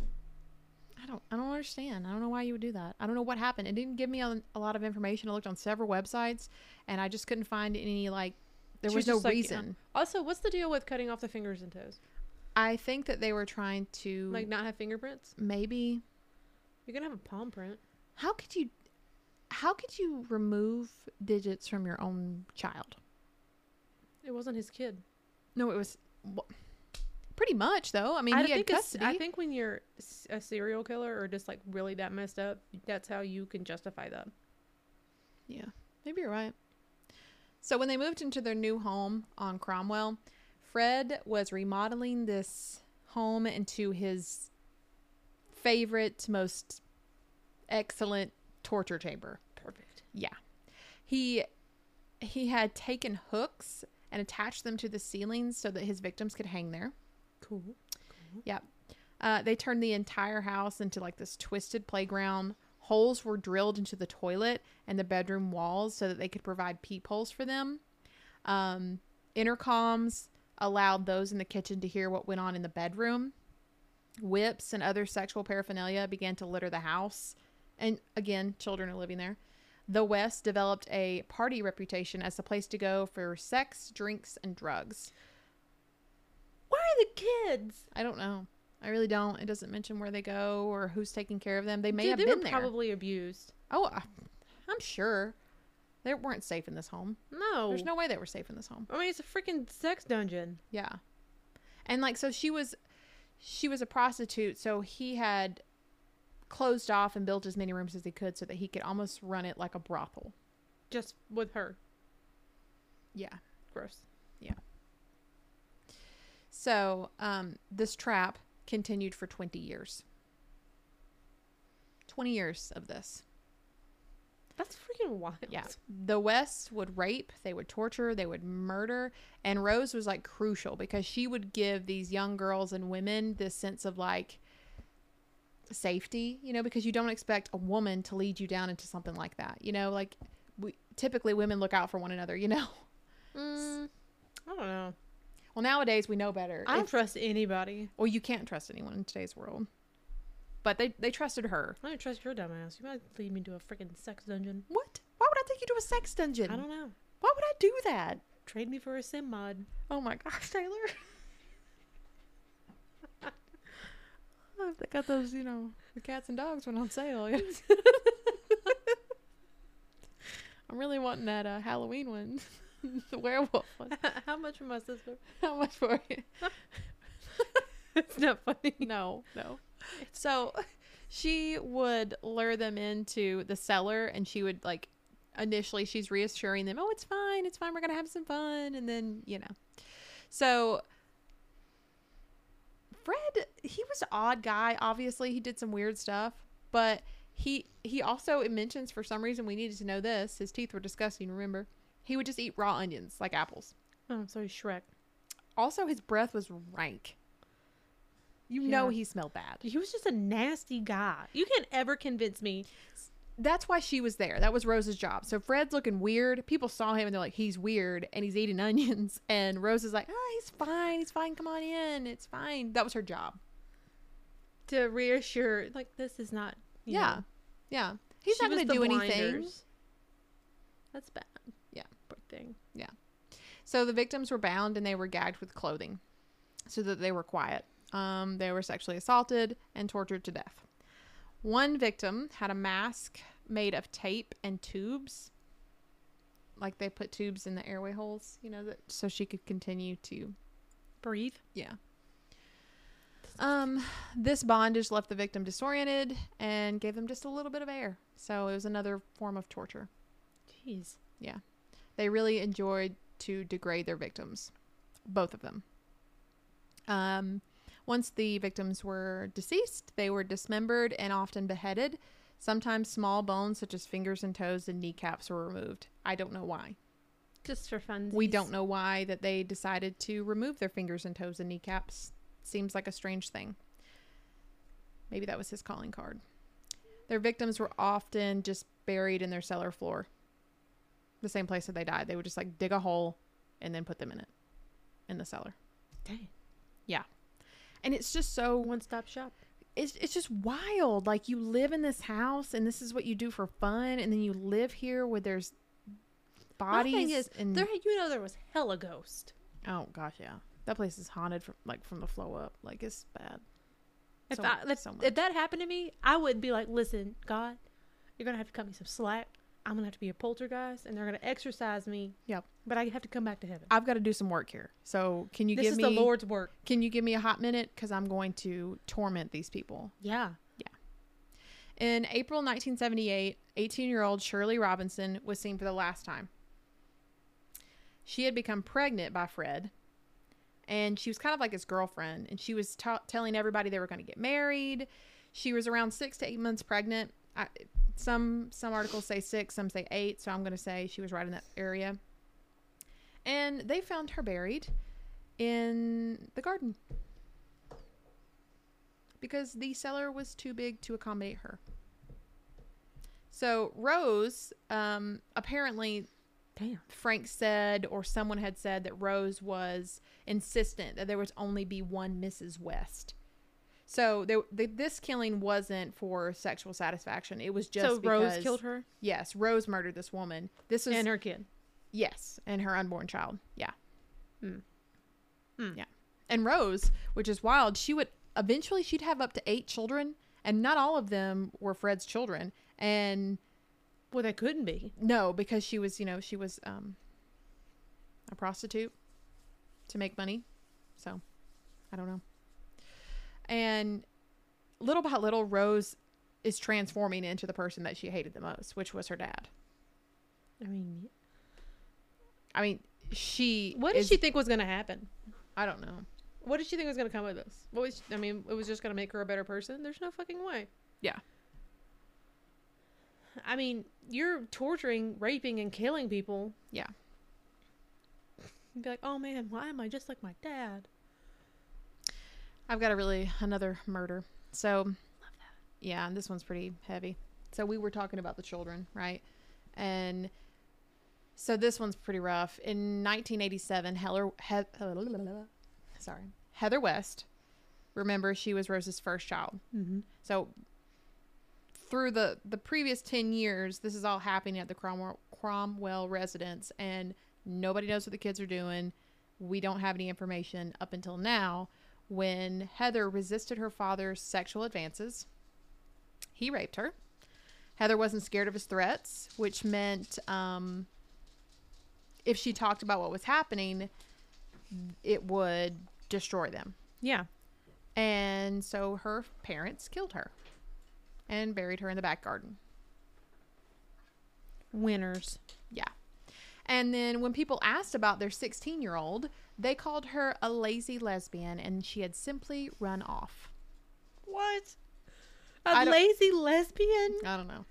[SPEAKER 2] I don't. I don't understand. I don't know why you would do that. I don't know what happened. It didn't give me a, a lot of information. I looked on several websites, and I just couldn't find any. Like there
[SPEAKER 1] She
[SPEAKER 2] was
[SPEAKER 1] was
[SPEAKER 2] no
[SPEAKER 1] just like, um,
[SPEAKER 2] reason.
[SPEAKER 1] Also, what's the deal with cutting off the fingers and toes?
[SPEAKER 2] I think that they were trying to
[SPEAKER 1] Like, not have fingerprints?
[SPEAKER 2] maybe.
[SPEAKER 1] You're gonna have a palm print.
[SPEAKER 2] How could you? How could you remove digits from your own child?
[SPEAKER 1] It wasn't his kid.
[SPEAKER 2] No, it was wha- pretty much though. I mean,
[SPEAKER 1] I
[SPEAKER 2] he had
[SPEAKER 1] think it's-
[SPEAKER 2] custody.
[SPEAKER 1] I think when you're s- a serial killer or just like really that messed up, that's how you can justify that.
[SPEAKER 2] Yeah, maybe you're right. So when they moved into their new home on Cromwell, Fred was remodeling this home into his favorite, most excellent torture chamber.
[SPEAKER 1] Perfect.
[SPEAKER 2] Yeah. He he had taken hooks and attached them to the ceilings so that his victims could hang there.
[SPEAKER 1] Cool.
[SPEAKER 2] Uh, they turned the entire house into like this twisted playground. Holes were drilled into the toilet and the bedroom walls so that they could provide peepholes for them. Um, intercoms allowed those in the kitchen to hear what went on in the bedroom. Whips and other sexual paraphernalia began to litter the house. And again, children are living there. The West developed a party reputation as the place to go for sex, drinks, and drugs.
[SPEAKER 1] Where are the kids?
[SPEAKER 2] I don't know. I really don't. It doesn't mention where they go or who's taking care of them. They may
[SPEAKER 1] Dude,
[SPEAKER 2] have
[SPEAKER 1] they
[SPEAKER 2] been
[SPEAKER 1] were
[SPEAKER 2] there.
[SPEAKER 1] probably abused.
[SPEAKER 2] oh, I- I'm sure. They weren't safe in this home.
[SPEAKER 1] No.
[SPEAKER 2] There's no way they were safe in this home.
[SPEAKER 1] I mean, it's a freaking sex dungeon.
[SPEAKER 2] Yeah. And like so she was she was a prostitute, so he had closed off and built as many rooms as he could so that he could almost run it like a brothel.
[SPEAKER 1] Just with her.
[SPEAKER 2] Yeah.
[SPEAKER 1] Gross.
[SPEAKER 2] So um, this trap continued for 20 years. 20 years of this.
[SPEAKER 3] That's freaking wild.
[SPEAKER 2] [laughs] Yeah. The West would rape, they would torture, they would murder. And Rose was like crucial because she would give these young girls and women this sense of like safety, you know, because you don't expect a woman to lead you down into something like that. You know, like we typically women look out for one another, [laughs] you know.
[SPEAKER 3] Mm, I don't know.
[SPEAKER 2] Well, nowadays we know better.
[SPEAKER 3] I don't
[SPEAKER 2] It's-
[SPEAKER 3] trust anybody.
[SPEAKER 2] well, you can't trust anyone in today's world. But they they trusted her.
[SPEAKER 3] I don't trust your dumbass. You might lead me to a freaking sex dungeon.
[SPEAKER 2] What? Why would I take you to a sex dungeon?
[SPEAKER 3] I don't know.
[SPEAKER 2] Why would I do that?
[SPEAKER 3] Trade me for a
[SPEAKER 1] [laughs]
[SPEAKER 3] sim
[SPEAKER 2] [laughs]
[SPEAKER 3] mod.
[SPEAKER 2] Oh my gosh, Taylor. I got those, you know, the cats and dogs went on sale. [laughs] yes. I'm really wanting that uh, Halloween one, [laughs] the werewolf one. [laughs]
[SPEAKER 3] [laughs] How much for my sister?
[SPEAKER 2] How much for you?
[SPEAKER 3] It's not funny.
[SPEAKER 2] No, no. So she would lure them into the cellar and she would like initially she's reassuring them, "Oh, it's fine. It's fine. We're going to have some fun." And then, you know. So Fred, he was an odd guy. Obviously, he did some weird stuff, but he he also it mentions for some reason we needed to know this. His teeth were disgusting, remember? He would just eat raw onions like apples.
[SPEAKER 3] Oh, I'm sorry, Shrek.
[SPEAKER 2] Also, his breath was rank. You know
[SPEAKER 3] Yeah.
[SPEAKER 2] he smelled bad.
[SPEAKER 3] He was just a nasty guy. You can't ever convince me.
[SPEAKER 2] that's why she was there. That was Rose's job. So Fred's looking weird. People saw him and they're like, he's weird and he's eating [laughs] onions. And Rose is like, ah, he's fine. He's fine. Come on in. It's fine. That was her job.
[SPEAKER 3] to reassure like this is not you
[SPEAKER 2] yeah.
[SPEAKER 3] know,
[SPEAKER 2] Yeah. He's
[SPEAKER 3] she
[SPEAKER 2] not
[SPEAKER 3] was
[SPEAKER 2] going to
[SPEAKER 3] the
[SPEAKER 2] do anything.
[SPEAKER 3] blinders. that's bad
[SPEAKER 2] Yeah.
[SPEAKER 3] poor thing
[SPEAKER 2] So the victims were bound and they were gagged with clothing so that they were quiet. Um, they were sexually assaulted and tortured to death. One victim had a mask made of tape and tubes. Like they put tubes in the airway holes, you know, that, so she could continue to
[SPEAKER 3] breathe
[SPEAKER 2] Yeah. Um, this bondage left the victim disoriented and gave them just a little bit of air. So it was another form of torture.
[SPEAKER 3] jeez
[SPEAKER 2] They really enjoyed to degrade their victims, both of them. Um, once the victims were deceased, they were dismembered and often beheaded. Sometimes small bones such as fingers and toes and kneecaps were removed. I don't know why.
[SPEAKER 3] just for fun
[SPEAKER 2] We don't know why that they decided to remove their fingers and toes and kneecaps. Seems like a strange thing. Maybe that was his calling card. Their victims were often just buried in their cellar floor. The same place that they died. They would just like dig a hole and then put them in it in the cellar.
[SPEAKER 3] Dang.
[SPEAKER 2] And it's just so
[SPEAKER 3] one stop shop
[SPEAKER 2] it's it's just wild. Like you live in this house and this is what you do for fun and then you live here where there's
[SPEAKER 3] My
[SPEAKER 2] bodies
[SPEAKER 3] thing is,
[SPEAKER 2] and
[SPEAKER 3] there you know there was hella ghost
[SPEAKER 2] Oh gosh, yeah. That place is haunted from like from the flow up. Like it's bad.
[SPEAKER 3] if,
[SPEAKER 2] So-
[SPEAKER 3] I, if,
[SPEAKER 2] so much.
[SPEAKER 3] if that happened to me i would be like listen god you're gonna have to cut me some slack i'm gonna have to be a poltergeist and they're gonna exorcise me
[SPEAKER 2] Yep.
[SPEAKER 3] but i have to come back to heaven
[SPEAKER 2] I've got to do some work here. So can you
[SPEAKER 3] this
[SPEAKER 2] give
[SPEAKER 3] is
[SPEAKER 2] me
[SPEAKER 3] the lord's work
[SPEAKER 2] Can you give me a hot minute? Because I'm going to torment these people.
[SPEAKER 3] yeah
[SPEAKER 2] In April 1978, 18 year old Shirley Robinson was seen for the last time. She had become pregnant by Fred, and she was kind of like his girlfriend, and she was ta telling everybody they were going to get married. She was around six to eight months pregnant. I, some some articles say six, some say eight, so I'm going to say she was right in that area. And they found her buried in the garden because the cellar was too big to accommodate her. So Rose, um, apparently
[SPEAKER 3] damn
[SPEAKER 2] Frank said, or someone had said that Rose was insistent that there was only be one Mrs. West. So there, th this killing wasn't for sexual satisfaction. It was just
[SPEAKER 3] so
[SPEAKER 2] because,
[SPEAKER 3] rose killed her
[SPEAKER 2] Yes, Rose murdered this woman. This was
[SPEAKER 3] and her kid
[SPEAKER 2] Yes, and her unborn child. Yeah.
[SPEAKER 3] Hmm. Hmm.
[SPEAKER 2] Yeah. And Rose, which is wild, she would eventually she'd have up to eight children, and not all of them were Fred's children. And
[SPEAKER 3] well they couldn't be
[SPEAKER 2] no, because she was, you know, she was um a prostitute to make money. So, I don't know. And little by little Rose is transforming into the person that she hated the most, which was her dad.
[SPEAKER 3] i mean
[SPEAKER 2] I mean, she
[SPEAKER 3] what did
[SPEAKER 2] is-
[SPEAKER 3] she think was gonna happen
[SPEAKER 2] I don't know.
[SPEAKER 3] What did she think was going to come with this? What was I mean, it was just going to make her a better person? There's no fucking way.
[SPEAKER 2] Yeah.
[SPEAKER 3] I mean, you're torturing, raping, and killing people.
[SPEAKER 2] Yeah.
[SPEAKER 3] You'd be like, oh man, why am I just like my dad?
[SPEAKER 2] I've got a really another murder. So, yeah, and this one's pretty heavy. So we were talking about the children, right? And so this one's pretty rough. In 1987, Heller, he, sorry, Heather West. Remember, she was Rose's first child.
[SPEAKER 4] Mm-hmm.
[SPEAKER 2] So through the the previous 10 years, this is all happening at the Cromwell Cromwell residence and nobody knows what the kids are doing. We don't have any information up until now when Heather resisted her father's sexual advances. He raped her. Heather wasn't scared of his threats, which meant um, if she talked about what was happening, it would destroy them.
[SPEAKER 3] Yeah.
[SPEAKER 2] And so her parents killed her and buried her in the back garden.
[SPEAKER 3] Winners.
[SPEAKER 2] Yeah. And then when people asked about their 16 year old, they called her a lazy lesbian and she had simply run off.
[SPEAKER 3] What?
[SPEAKER 2] I
[SPEAKER 3] A
[SPEAKER 2] don't-
[SPEAKER 3] lazy lesbian?
[SPEAKER 2] I don't know.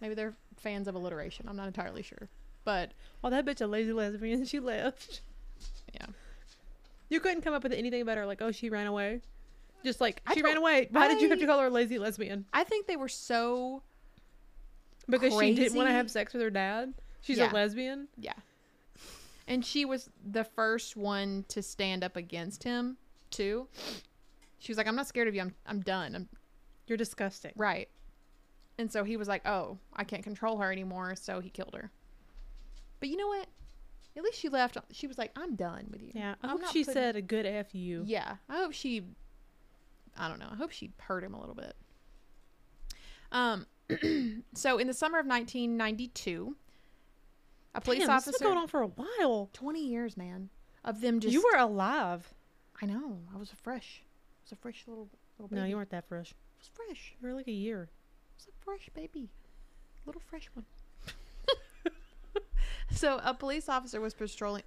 [SPEAKER 2] Maybe they're fans of alliteration. I'm not entirely sure. But
[SPEAKER 3] Oh, that bitch a lazy lesbian. She left.
[SPEAKER 2] yeah.
[SPEAKER 3] You couldn't come up with anything better. Like, oh, she ran away. Just like
[SPEAKER 2] I
[SPEAKER 3] she
[SPEAKER 2] don't-
[SPEAKER 3] ran away. Why did you have to
[SPEAKER 2] I-
[SPEAKER 3] call her a lazy lesbian?
[SPEAKER 2] I think they were so.
[SPEAKER 3] Because she didn't want to
[SPEAKER 2] Crazy.
[SPEAKER 3] have sex with her dad. She's
[SPEAKER 2] Yeah.
[SPEAKER 3] a lesbian.
[SPEAKER 2] Yeah. And she was the first one to stand up against him, too. She was like, I'm not scared of you. I'm, I'm done. I'm,
[SPEAKER 3] You're disgusting.
[SPEAKER 2] Right. And so he was like, "Oh, I can't control her anymore," so he killed her. But you know what? At least she left. She was like, "I'm done with you."
[SPEAKER 3] Yeah. I
[SPEAKER 2] I'm
[SPEAKER 3] hope
[SPEAKER 2] not
[SPEAKER 3] she
[SPEAKER 2] putting-
[SPEAKER 3] said a good f you.
[SPEAKER 2] Yeah. I hope she I don't know. I hope she hurt him a little bit. Um [clears throat] so in the summer of 1992, a police
[SPEAKER 3] Damn,
[SPEAKER 2] officer
[SPEAKER 3] This has been going on for a while.
[SPEAKER 2] 20 years, man, of them just
[SPEAKER 3] you were alive.
[SPEAKER 2] I know. I was a fresh. I was a fresh little little baby.
[SPEAKER 3] No, you weren't that fresh.
[SPEAKER 2] I was fresh.
[SPEAKER 3] You were like a year.
[SPEAKER 2] It's a fresh baby. Little fresh one. [laughs] so a police officer was patrolling.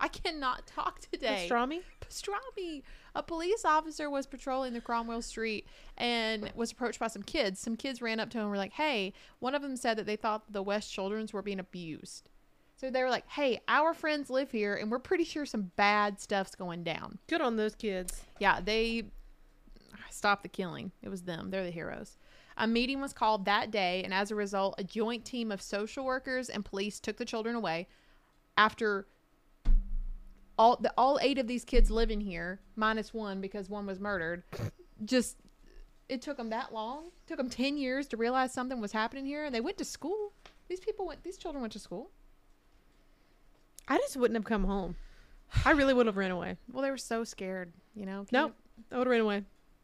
[SPEAKER 2] I cannot talk today.
[SPEAKER 3] Pastrami?
[SPEAKER 2] Pastrami. A police officer was patrolling the Cromwell Street and was approached by some kids. Some kids ran up to him and were like, hey, one of them said that they thought the West children's were being abused. So they were like, hey, our friends live here and we're pretty sure some bad stuff's going down.
[SPEAKER 3] Good on those kids.
[SPEAKER 2] Yeah, they stopped the killing. It was them. They're the heroes. A meeting was called that day, and as a result, a joint team of social workers and police took the children away. After all, the, all eight of these kids living here, minus one because one was murdered, just it took them that long. took them ten years to realize something was happening here, and they went to school. These people went. These children went to school.
[SPEAKER 3] I just wouldn't have come home. [sighs] I really would have ran away.
[SPEAKER 2] Well, they were so scared, you know.
[SPEAKER 3] Nope. I would have ran away.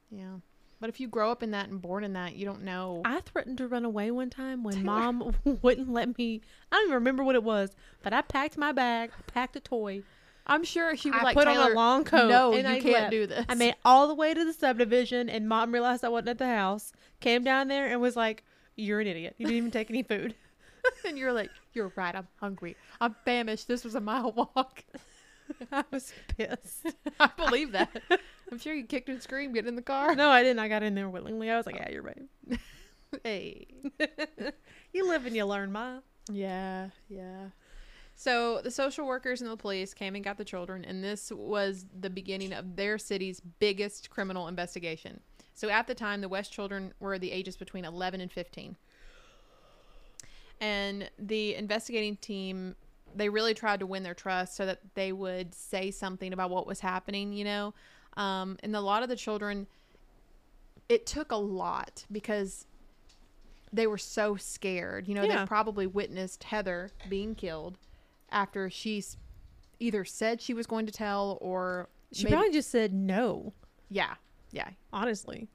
[SPEAKER 2] Yeah. But if you grow up in that and born in that, you don't know.
[SPEAKER 3] I threatened to run away one time when
[SPEAKER 2] Taylor.
[SPEAKER 3] mom [laughs] wouldn't let me. I don't even remember what it was, but I packed my bag, packed a toy.
[SPEAKER 2] I'm sure she would
[SPEAKER 3] I
[SPEAKER 2] like
[SPEAKER 3] put on
[SPEAKER 2] Taylor,
[SPEAKER 3] a long coat.
[SPEAKER 2] No,
[SPEAKER 3] and
[SPEAKER 2] you
[SPEAKER 3] I
[SPEAKER 2] can't
[SPEAKER 3] left.
[SPEAKER 2] do this.
[SPEAKER 3] I made all the way to the subdivision, and mom realized I wasn't at the house, came down there, and was like, You're an idiot. You didn't even take any food.
[SPEAKER 2] [laughs]
[SPEAKER 3] [laughs]
[SPEAKER 2] and you're like, you're right. I'm hungry. I'm famished. This was a mile [laughs] walk.
[SPEAKER 3] I was pissed.
[SPEAKER 2] I believe [laughs] that. I'm sure you kicked and screamed. Get in the car.
[SPEAKER 3] No, I didn't. I got in there willingly. I was like, Yeah, you're right.
[SPEAKER 2] [laughs] Hey.
[SPEAKER 3] You live and you learn, Ma.
[SPEAKER 2] Yeah. Yeah. So the social workers and the police came and got the children, and this was the beginning of their city's biggest criminal investigation. So at the time, the West children were the ages between 11 and 15. And the investigating team, they really tried to win their trust so that they would say something about what was happening, you know? Um, and a lot of the children, it took a lot because they were so scared. You know,
[SPEAKER 3] Yeah.
[SPEAKER 2] they probably witnessed Heather being killed after she's either said she was going to tell or
[SPEAKER 3] She
[SPEAKER 2] maybe-
[SPEAKER 3] probably just said no,
[SPEAKER 2] yeah yeah
[SPEAKER 3] honestly.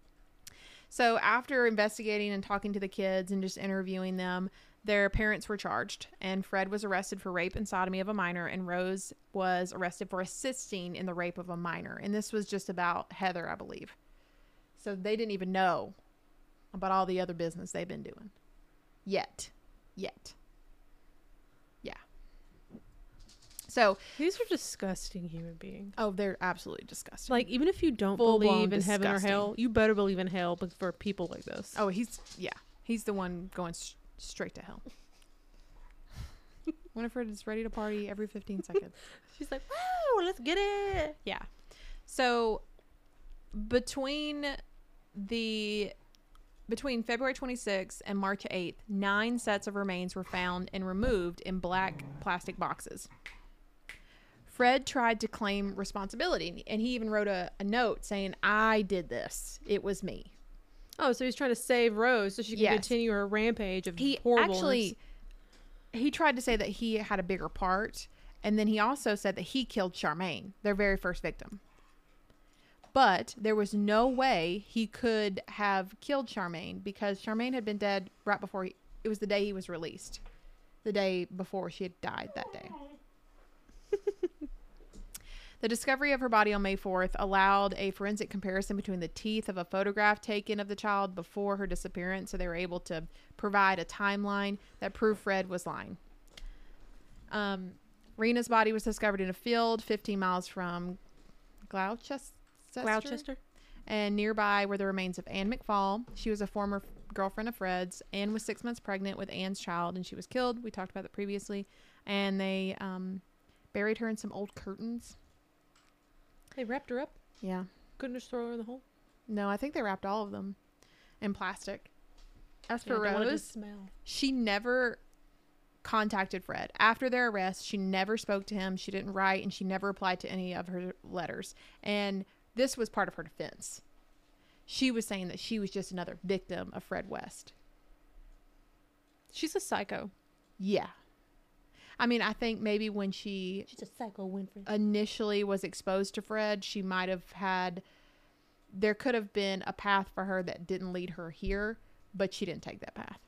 [SPEAKER 2] so after investigating and talking to the kids and just interviewing them, their parents were charged, and Fred was arrested for rape and sodomy of a minor, and Rose was arrested for assisting in the rape of a minor. And this was just about Heather, I believe. So they didn't even know about all the other business they've been doing. Yet. Yet. Yeah. So,
[SPEAKER 3] These are disgusting human beings.
[SPEAKER 2] oh, they're absolutely disgusting.
[SPEAKER 3] Like even if you don't
[SPEAKER 2] Full-blown
[SPEAKER 3] believe in heaven or
[SPEAKER 2] disgusting.
[SPEAKER 3] hell, you better believe in hell but for people like this.
[SPEAKER 2] oh, he's yeah, he's the one going s- straight to hell. [laughs] Winifred is ready to party every [laughs] 15 seconds.
[SPEAKER 3] She's like, "Wow, let's get it."
[SPEAKER 2] Yeah. So between the between February 26th and March 8th, nine sets of remains were found and removed in black plastic boxes. Fred tried to claim responsibility and he even wrote a, a note saying, I did this. It was me.
[SPEAKER 3] Oh, so he's trying to save Rose so she can
[SPEAKER 2] Yes.
[SPEAKER 3] continue her rampage of
[SPEAKER 2] He
[SPEAKER 3] horrible.
[SPEAKER 2] actually he tried to say that he had a bigger part, and then he also said that he killed Charmaine, their very first victim. But there was no way he could have killed Charmaine because Charmaine had been dead right before he, it was the day he was released. The day before she had died that day. the discovery of her body on May 4th allowed a forensic comparison between the teeth of a photograph taken of the child before her disappearance, so they were able to provide a timeline that proved Fred was lying. Um, Rena's body was discovered in a field 15 miles from Gloucester.
[SPEAKER 3] Gloucester.
[SPEAKER 2] And nearby were the remains of Anne McFall. She was a former girlfriend of Fred's. Anne was six months pregnant with Anne's child, and she was killed. We talked about that previously. And they um, buried her in some old curtains.
[SPEAKER 3] They wrapped her up.
[SPEAKER 2] Yeah.
[SPEAKER 3] Couldn't just throw her in the hole.
[SPEAKER 2] No, I think they wrapped all of them in plastic. As for
[SPEAKER 3] Yeah, I don't want it to
[SPEAKER 2] Rose,
[SPEAKER 3] smell.
[SPEAKER 2] she never contacted Fred. After their arrest, she never spoke to him. She didn't write and she never replied to any of her letters. And this was part of her defense. She was saying that she was just another victim of Fred West.
[SPEAKER 3] She's a psycho.
[SPEAKER 2] Yeah. I mean, I think maybe when she
[SPEAKER 5] She's a psycho Winfrey.
[SPEAKER 2] initially was exposed to Fred, she might have had there could have been a path for her that didn't lead her here, but she didn't take that path.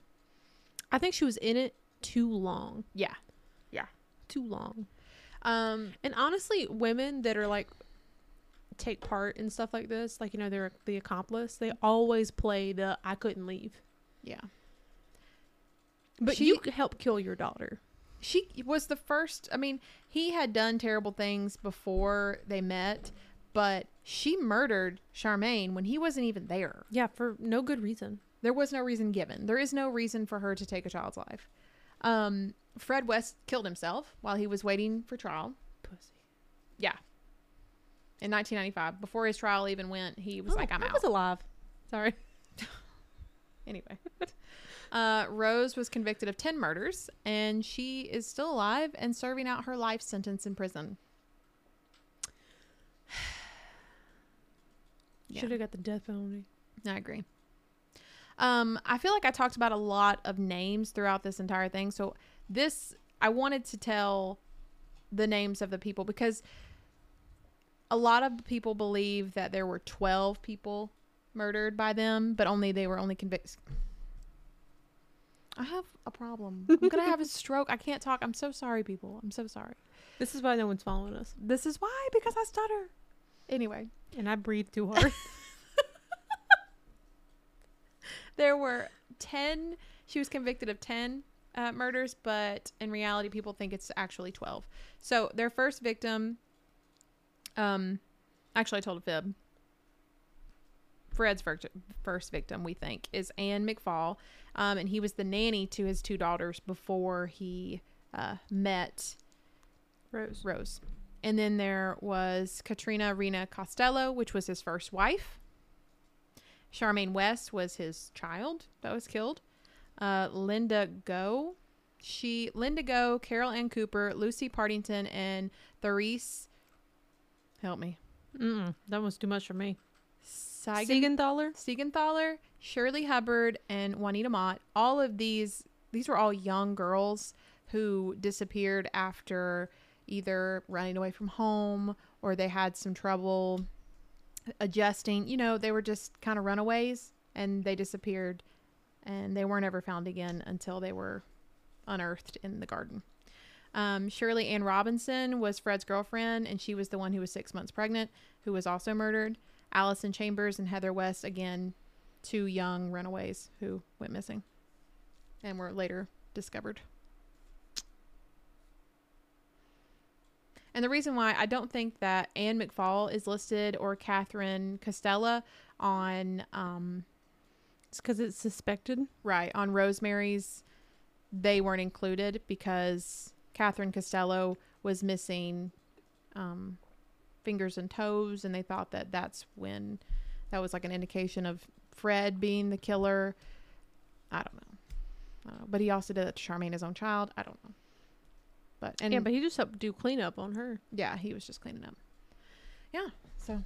[SPEAKER 3] I think she was in it too long.
[SPEAKER 2] Yeah.
[SPEAKER 3] Too long.
[SPEAKER 2] Um
[SPEAKER 3] And honestly, women that are like take part in stuff like this, like you know, they're the accomplice. They always play the "I couldn't leave,"
[SPEAKER 2] yeah.
[SPEAKER 3] but
[SPEAKER 2] She-
[SPEAKER 3] you could help kill your daughter.
[SPEAKER 2] she was the first i mean he had done terrible things before they met but she murdered charmaine when he wasn't even there
[SPEAKER 3] Yeah, for no good reason.
[SPEAKER 2] there was no reason given there is no reason for her to take a child's life um, fred west killed himself while he was waiting for trial
[SPEAKER 3] Pussy.
[SPEAKER 2] yeah in 1995 before his trial even went he was like i'm
[SPEAKER 3] Oh, I
[SPEAKER 2] out [laughs]
[SPEAKER 3] was alive. Sorry.
[SPEAKER 2] anyway [laughs] uh, rose was convicted of 10 murders and she is still alive and serving out her life sentence in prison Yeah.
[SPEAKER 3] Should have got the death penalty.
[SPEAKER 2] I agree. Um, I feel like I talked about a lot of names throughout this entire thing. So this, I wanted to tell the names of the people because a lot of people believe that there were 12 people murdered by them, but only they were only convicted. I have a problem. I'm gonna have a stroke. I can't talk. I'm so sorry, people. I'm so sorry.
[SPEAKER 3] This is why no one's following us.
[SPEAKER 2] This is why because I stutter. Anyway,
[SPEAKER 3] And I breathe [laughs] too hard.
[SPEAKER 2] there were 10 she was convicted of 10 uh, murders but in reality people think it's actually 12 so their first victim um actually i told a fib fred's virt- first victim we think is anne mcfall um, and he was the nanny to his two daughters before he uh, met
[SPEAKER 3] Rose.
[SPEAKER 2] Rose. And then there was Katrina Rena Costello, which was his first wife. Charmaine West was his child that was killed. Uh, Linda Go, she Linda Go, Carol Ann Cooper, Lucy Partington, and Therese. Help me.
[SPEAKER 3] Mm-mm, that was too much for me.
[SPEAKER 2] Seigen
[SPEAKER 3] Siegenthaler?
[SPEAKER 2] Siegenthaler, Shirley Hubbard, and Juanita Mott. All of these, these were all young girls who disappeared after either running away from home or they had some trouble adjusting. You know, they were just kind of runaways and they disappeared and they weren't ever found again until they were unearthed in the garden. Um, Shirley Ann Robinson was Fred's girlfriend, and she was the one who was six months pregnant, who was also murdered. Allison Chambers and Heather West, again, two young runaways who went missing and were later discovered. And the reason why I don't think that Anne McFall is listed or Catherine Costella on um,
[SPEAKER 3] It's because it's suspected.
[SPEAKER 2] Right. On Rosemary's, they weren't included because Catherine Costello was missing um, fingers and toes, and they thought that that's when that was like an indication of Fred being the killer. I don't know. I don't know. But he also did that to Charmaine, his own child. I don't know. But and
[SPEAKER 3] yeah, but he just helped do cleanup on her.
[SPEAKER 2] yeah, he was just cleaning up. Yeah, so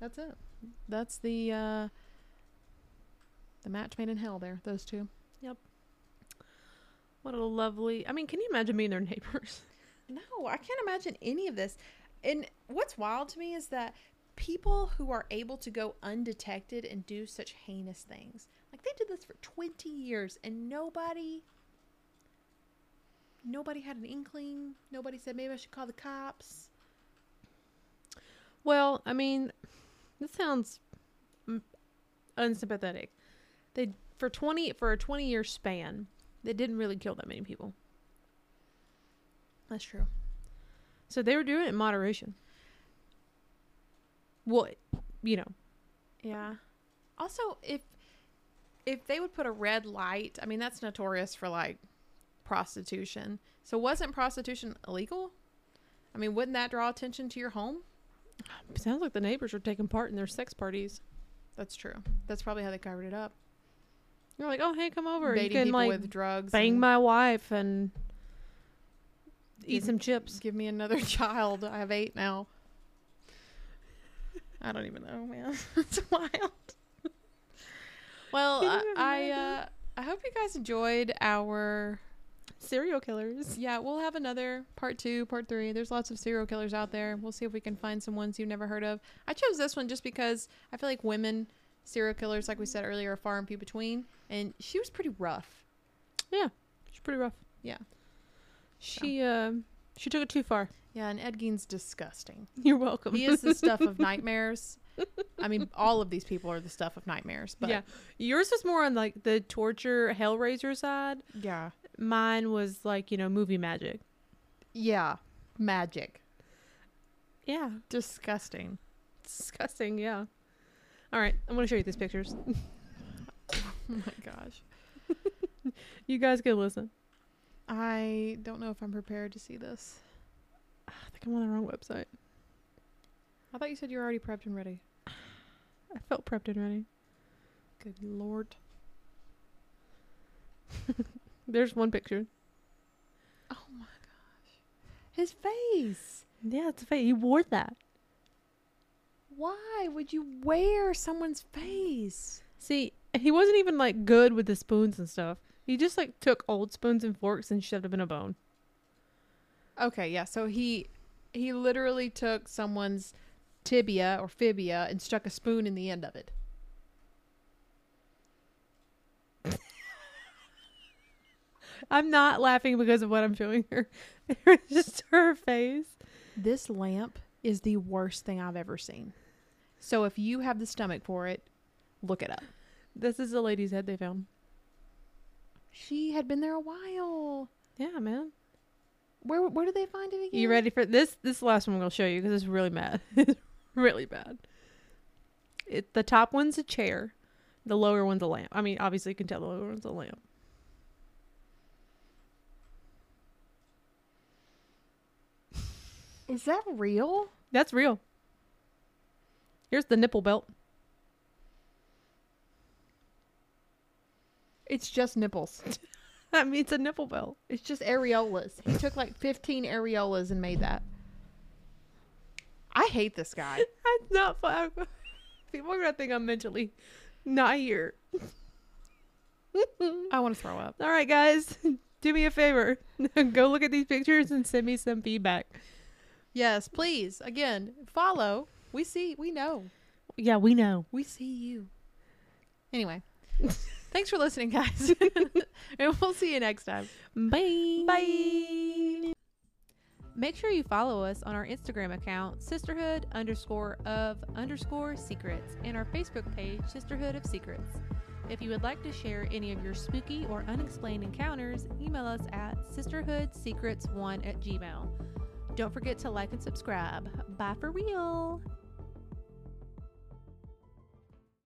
[SPEAKER 2] that's it. That's the uh the match made in hell there, those two.
[SPEAKER 3] What a lovely. I mean, can you imagine being their neighbors? [laughs]
[SPEAKER 2] No, I can't imagine any of this. And what's wild to me is that people who are able to go undetected and do such heinous things. Like they did this for 20 years and nobody nobody had an inkling. Nobody said maybe I should call the cops.
[SPEAKER 3] Well, I mean, this sounds mm, unsympathetic. They for twenty for a twenty year span, they didn't really kill that many people.
[SPEAKER 2] That's true.
[SPEAKER 3] So they were doing it in moderation. Well, you know,
[SPEAKER 2] Yeah. Also, if if they would put a red light, I mean that's notorious for like prostitution. So wasn't prostitution illegal? I mean, wouldn't that draw attention to your home?
[SPEAKER 3] sounds like the neighbors were taking part in their sex parties.
[SPEAKER 2] That's true. That's probably how they covered it up.
[SPEAKER 3] You're like, oh hey, come over.
[SPEAKER 2] Dating
[SPEAKER 3] you can
[SPEAKER 2] people
[SPEAKER 3] like
[SPEAKER 2] with drugs.
[SPEAKER 3] bang
[SPEAKER 2] and
[SPEAKER 3] my wife and eat
[SPEAKER 2] Give-
[SPEAKER 3] some chips.
[SPEAKER 2] Give me another [laughs] child. I have eight now. I don't even know, man. [laughs] it's wild. Well, I I, uh, I hope you guys enjoyed our
[SPEAKER 3] Serial killers.
[SPEAKER 2] Yeah, we'll have another part two, part three. There's lots of serial killers out there. We'll see if we can find some ones you've never heard of. I chose this one just because I feel like women serial killers, like we said earlier, are far and few between. And she was pretty rough.
[SPEAKER 3] She's pretty rough.
[SPEAKER 2] Yeah.
[SPEAKER 3] She um she took it too far. [laughs]
[SPEAKER 2] Yeah, and Ed Gein's disgusting.
[SPEAKER 3] You're welcome.
[SPEAKER 2] He is the stuff of nightmares. I mean, all of these people are the stuff of nightmares. But
[SPEAKER 3] yeah, yours was more on like the torture Hellraiser side.
[SPEAKER 2] yeah,
[SPEAKER 3] Mine was like you know movie magic.
[SPEAKER 2] yeah, magic,
[SPEAKER 3] Yeah,
[SPEAKER 2] disgusting.
[SPEAKER 3] disgusting. Yeah. All right, I'm gonna show you these pictures.
[SPEAKER 2] Oh my gosh,
[SPEAKER 3] You guys can listen.
[SPEAKER 2] I don't know if I'm prepared to see this.
[SPEAKER 3] I think I'm on the wrong website.
[SPEAKER 2] I thought you said you were already prepped and ready.
[SPEAKER 3] I felt prepped and ready.
[SPEAKER 2] Good lord.
[SPEAKER 3] There's one picture.
[SPEAKER 2] Oh my gosh. His face.
[SPEAKER 3] Yeah, it's a fake. You wore that.
[SPEAKER 2] Why would you wear someone's face?
[SPEAKER 3] See, he wasn't even like good with the spoons and stuff. He just like took old spoons and forks and shoved them in a bone.
[SPEAKER 2] Okay, yeah. So he he literally took someone's tibia or fibia and stuck a spoon in the end of it.
[SPEAKER 3] I'm not laughing because of what I'm showing her. [laughs] It's just her face.
[SPEAKER 2] This lamp is the worst thing I've ever seen. So if you have the stomach for it, look it up.
[SPEAKER 3] This is the lady's head they found.
[SPEAKER 2] She had been there a while.
[SPEAKER 3] Yeah, man.
[SPEAKER 2] Where where did they find it again?
[SPEAKER 3] You ready for this? This last one I'm gonna show you because it's really bad. [laughs] it's really bad. It the top one's a chair, the lower one's a lamp. I mean, obviously you can tell the lower one's a lamp.
[SPEAKER 2] Is that real?
[SPEAKER 3] That's real. Here's the nipple belt. [laughs]
[SPEAKER 2] It's just nipples.
[SPEAKER 3] I mean, it's a nipple belt.
[SPEAKER 2] It's just areolas. He took like 15 areolas and made that. I hate this guy.
[SPEAKER 3] That's not fun. [laughs] People are gonna think I'm mentally not here.
[SPEAKER 2] [laughs]
[SPEAKER 3] [laughs]
[SPEAKER 2] I want to throw up.
[SPEAKER 3] All right, guys, [laughs] do me a favor. [laughs] Go look at these pictures and send me some feedback.
[SPEAKER 2] Yes, please. Again, follow. We see. We know.
[SPEAKER 3] Yeah, we know.
[SPEAKER 2] We see you. Anyway, thanks for listening, guys. [laughs] and we'll see you next time.
[SPEAKER 3] Bye.
[SPEAKER 2] Bye. Make sure you follow us on our Instagram account, sisterhood underscore of underscore secrets, and our Facebook page, Sisterhood of Secrets.
[SPEAKER 3] If you would like to share any of your spooky or unexplained encounters, email us at sisterhoodsecrets1 at gmail. Don't forget to like and subscribe. Bye for real.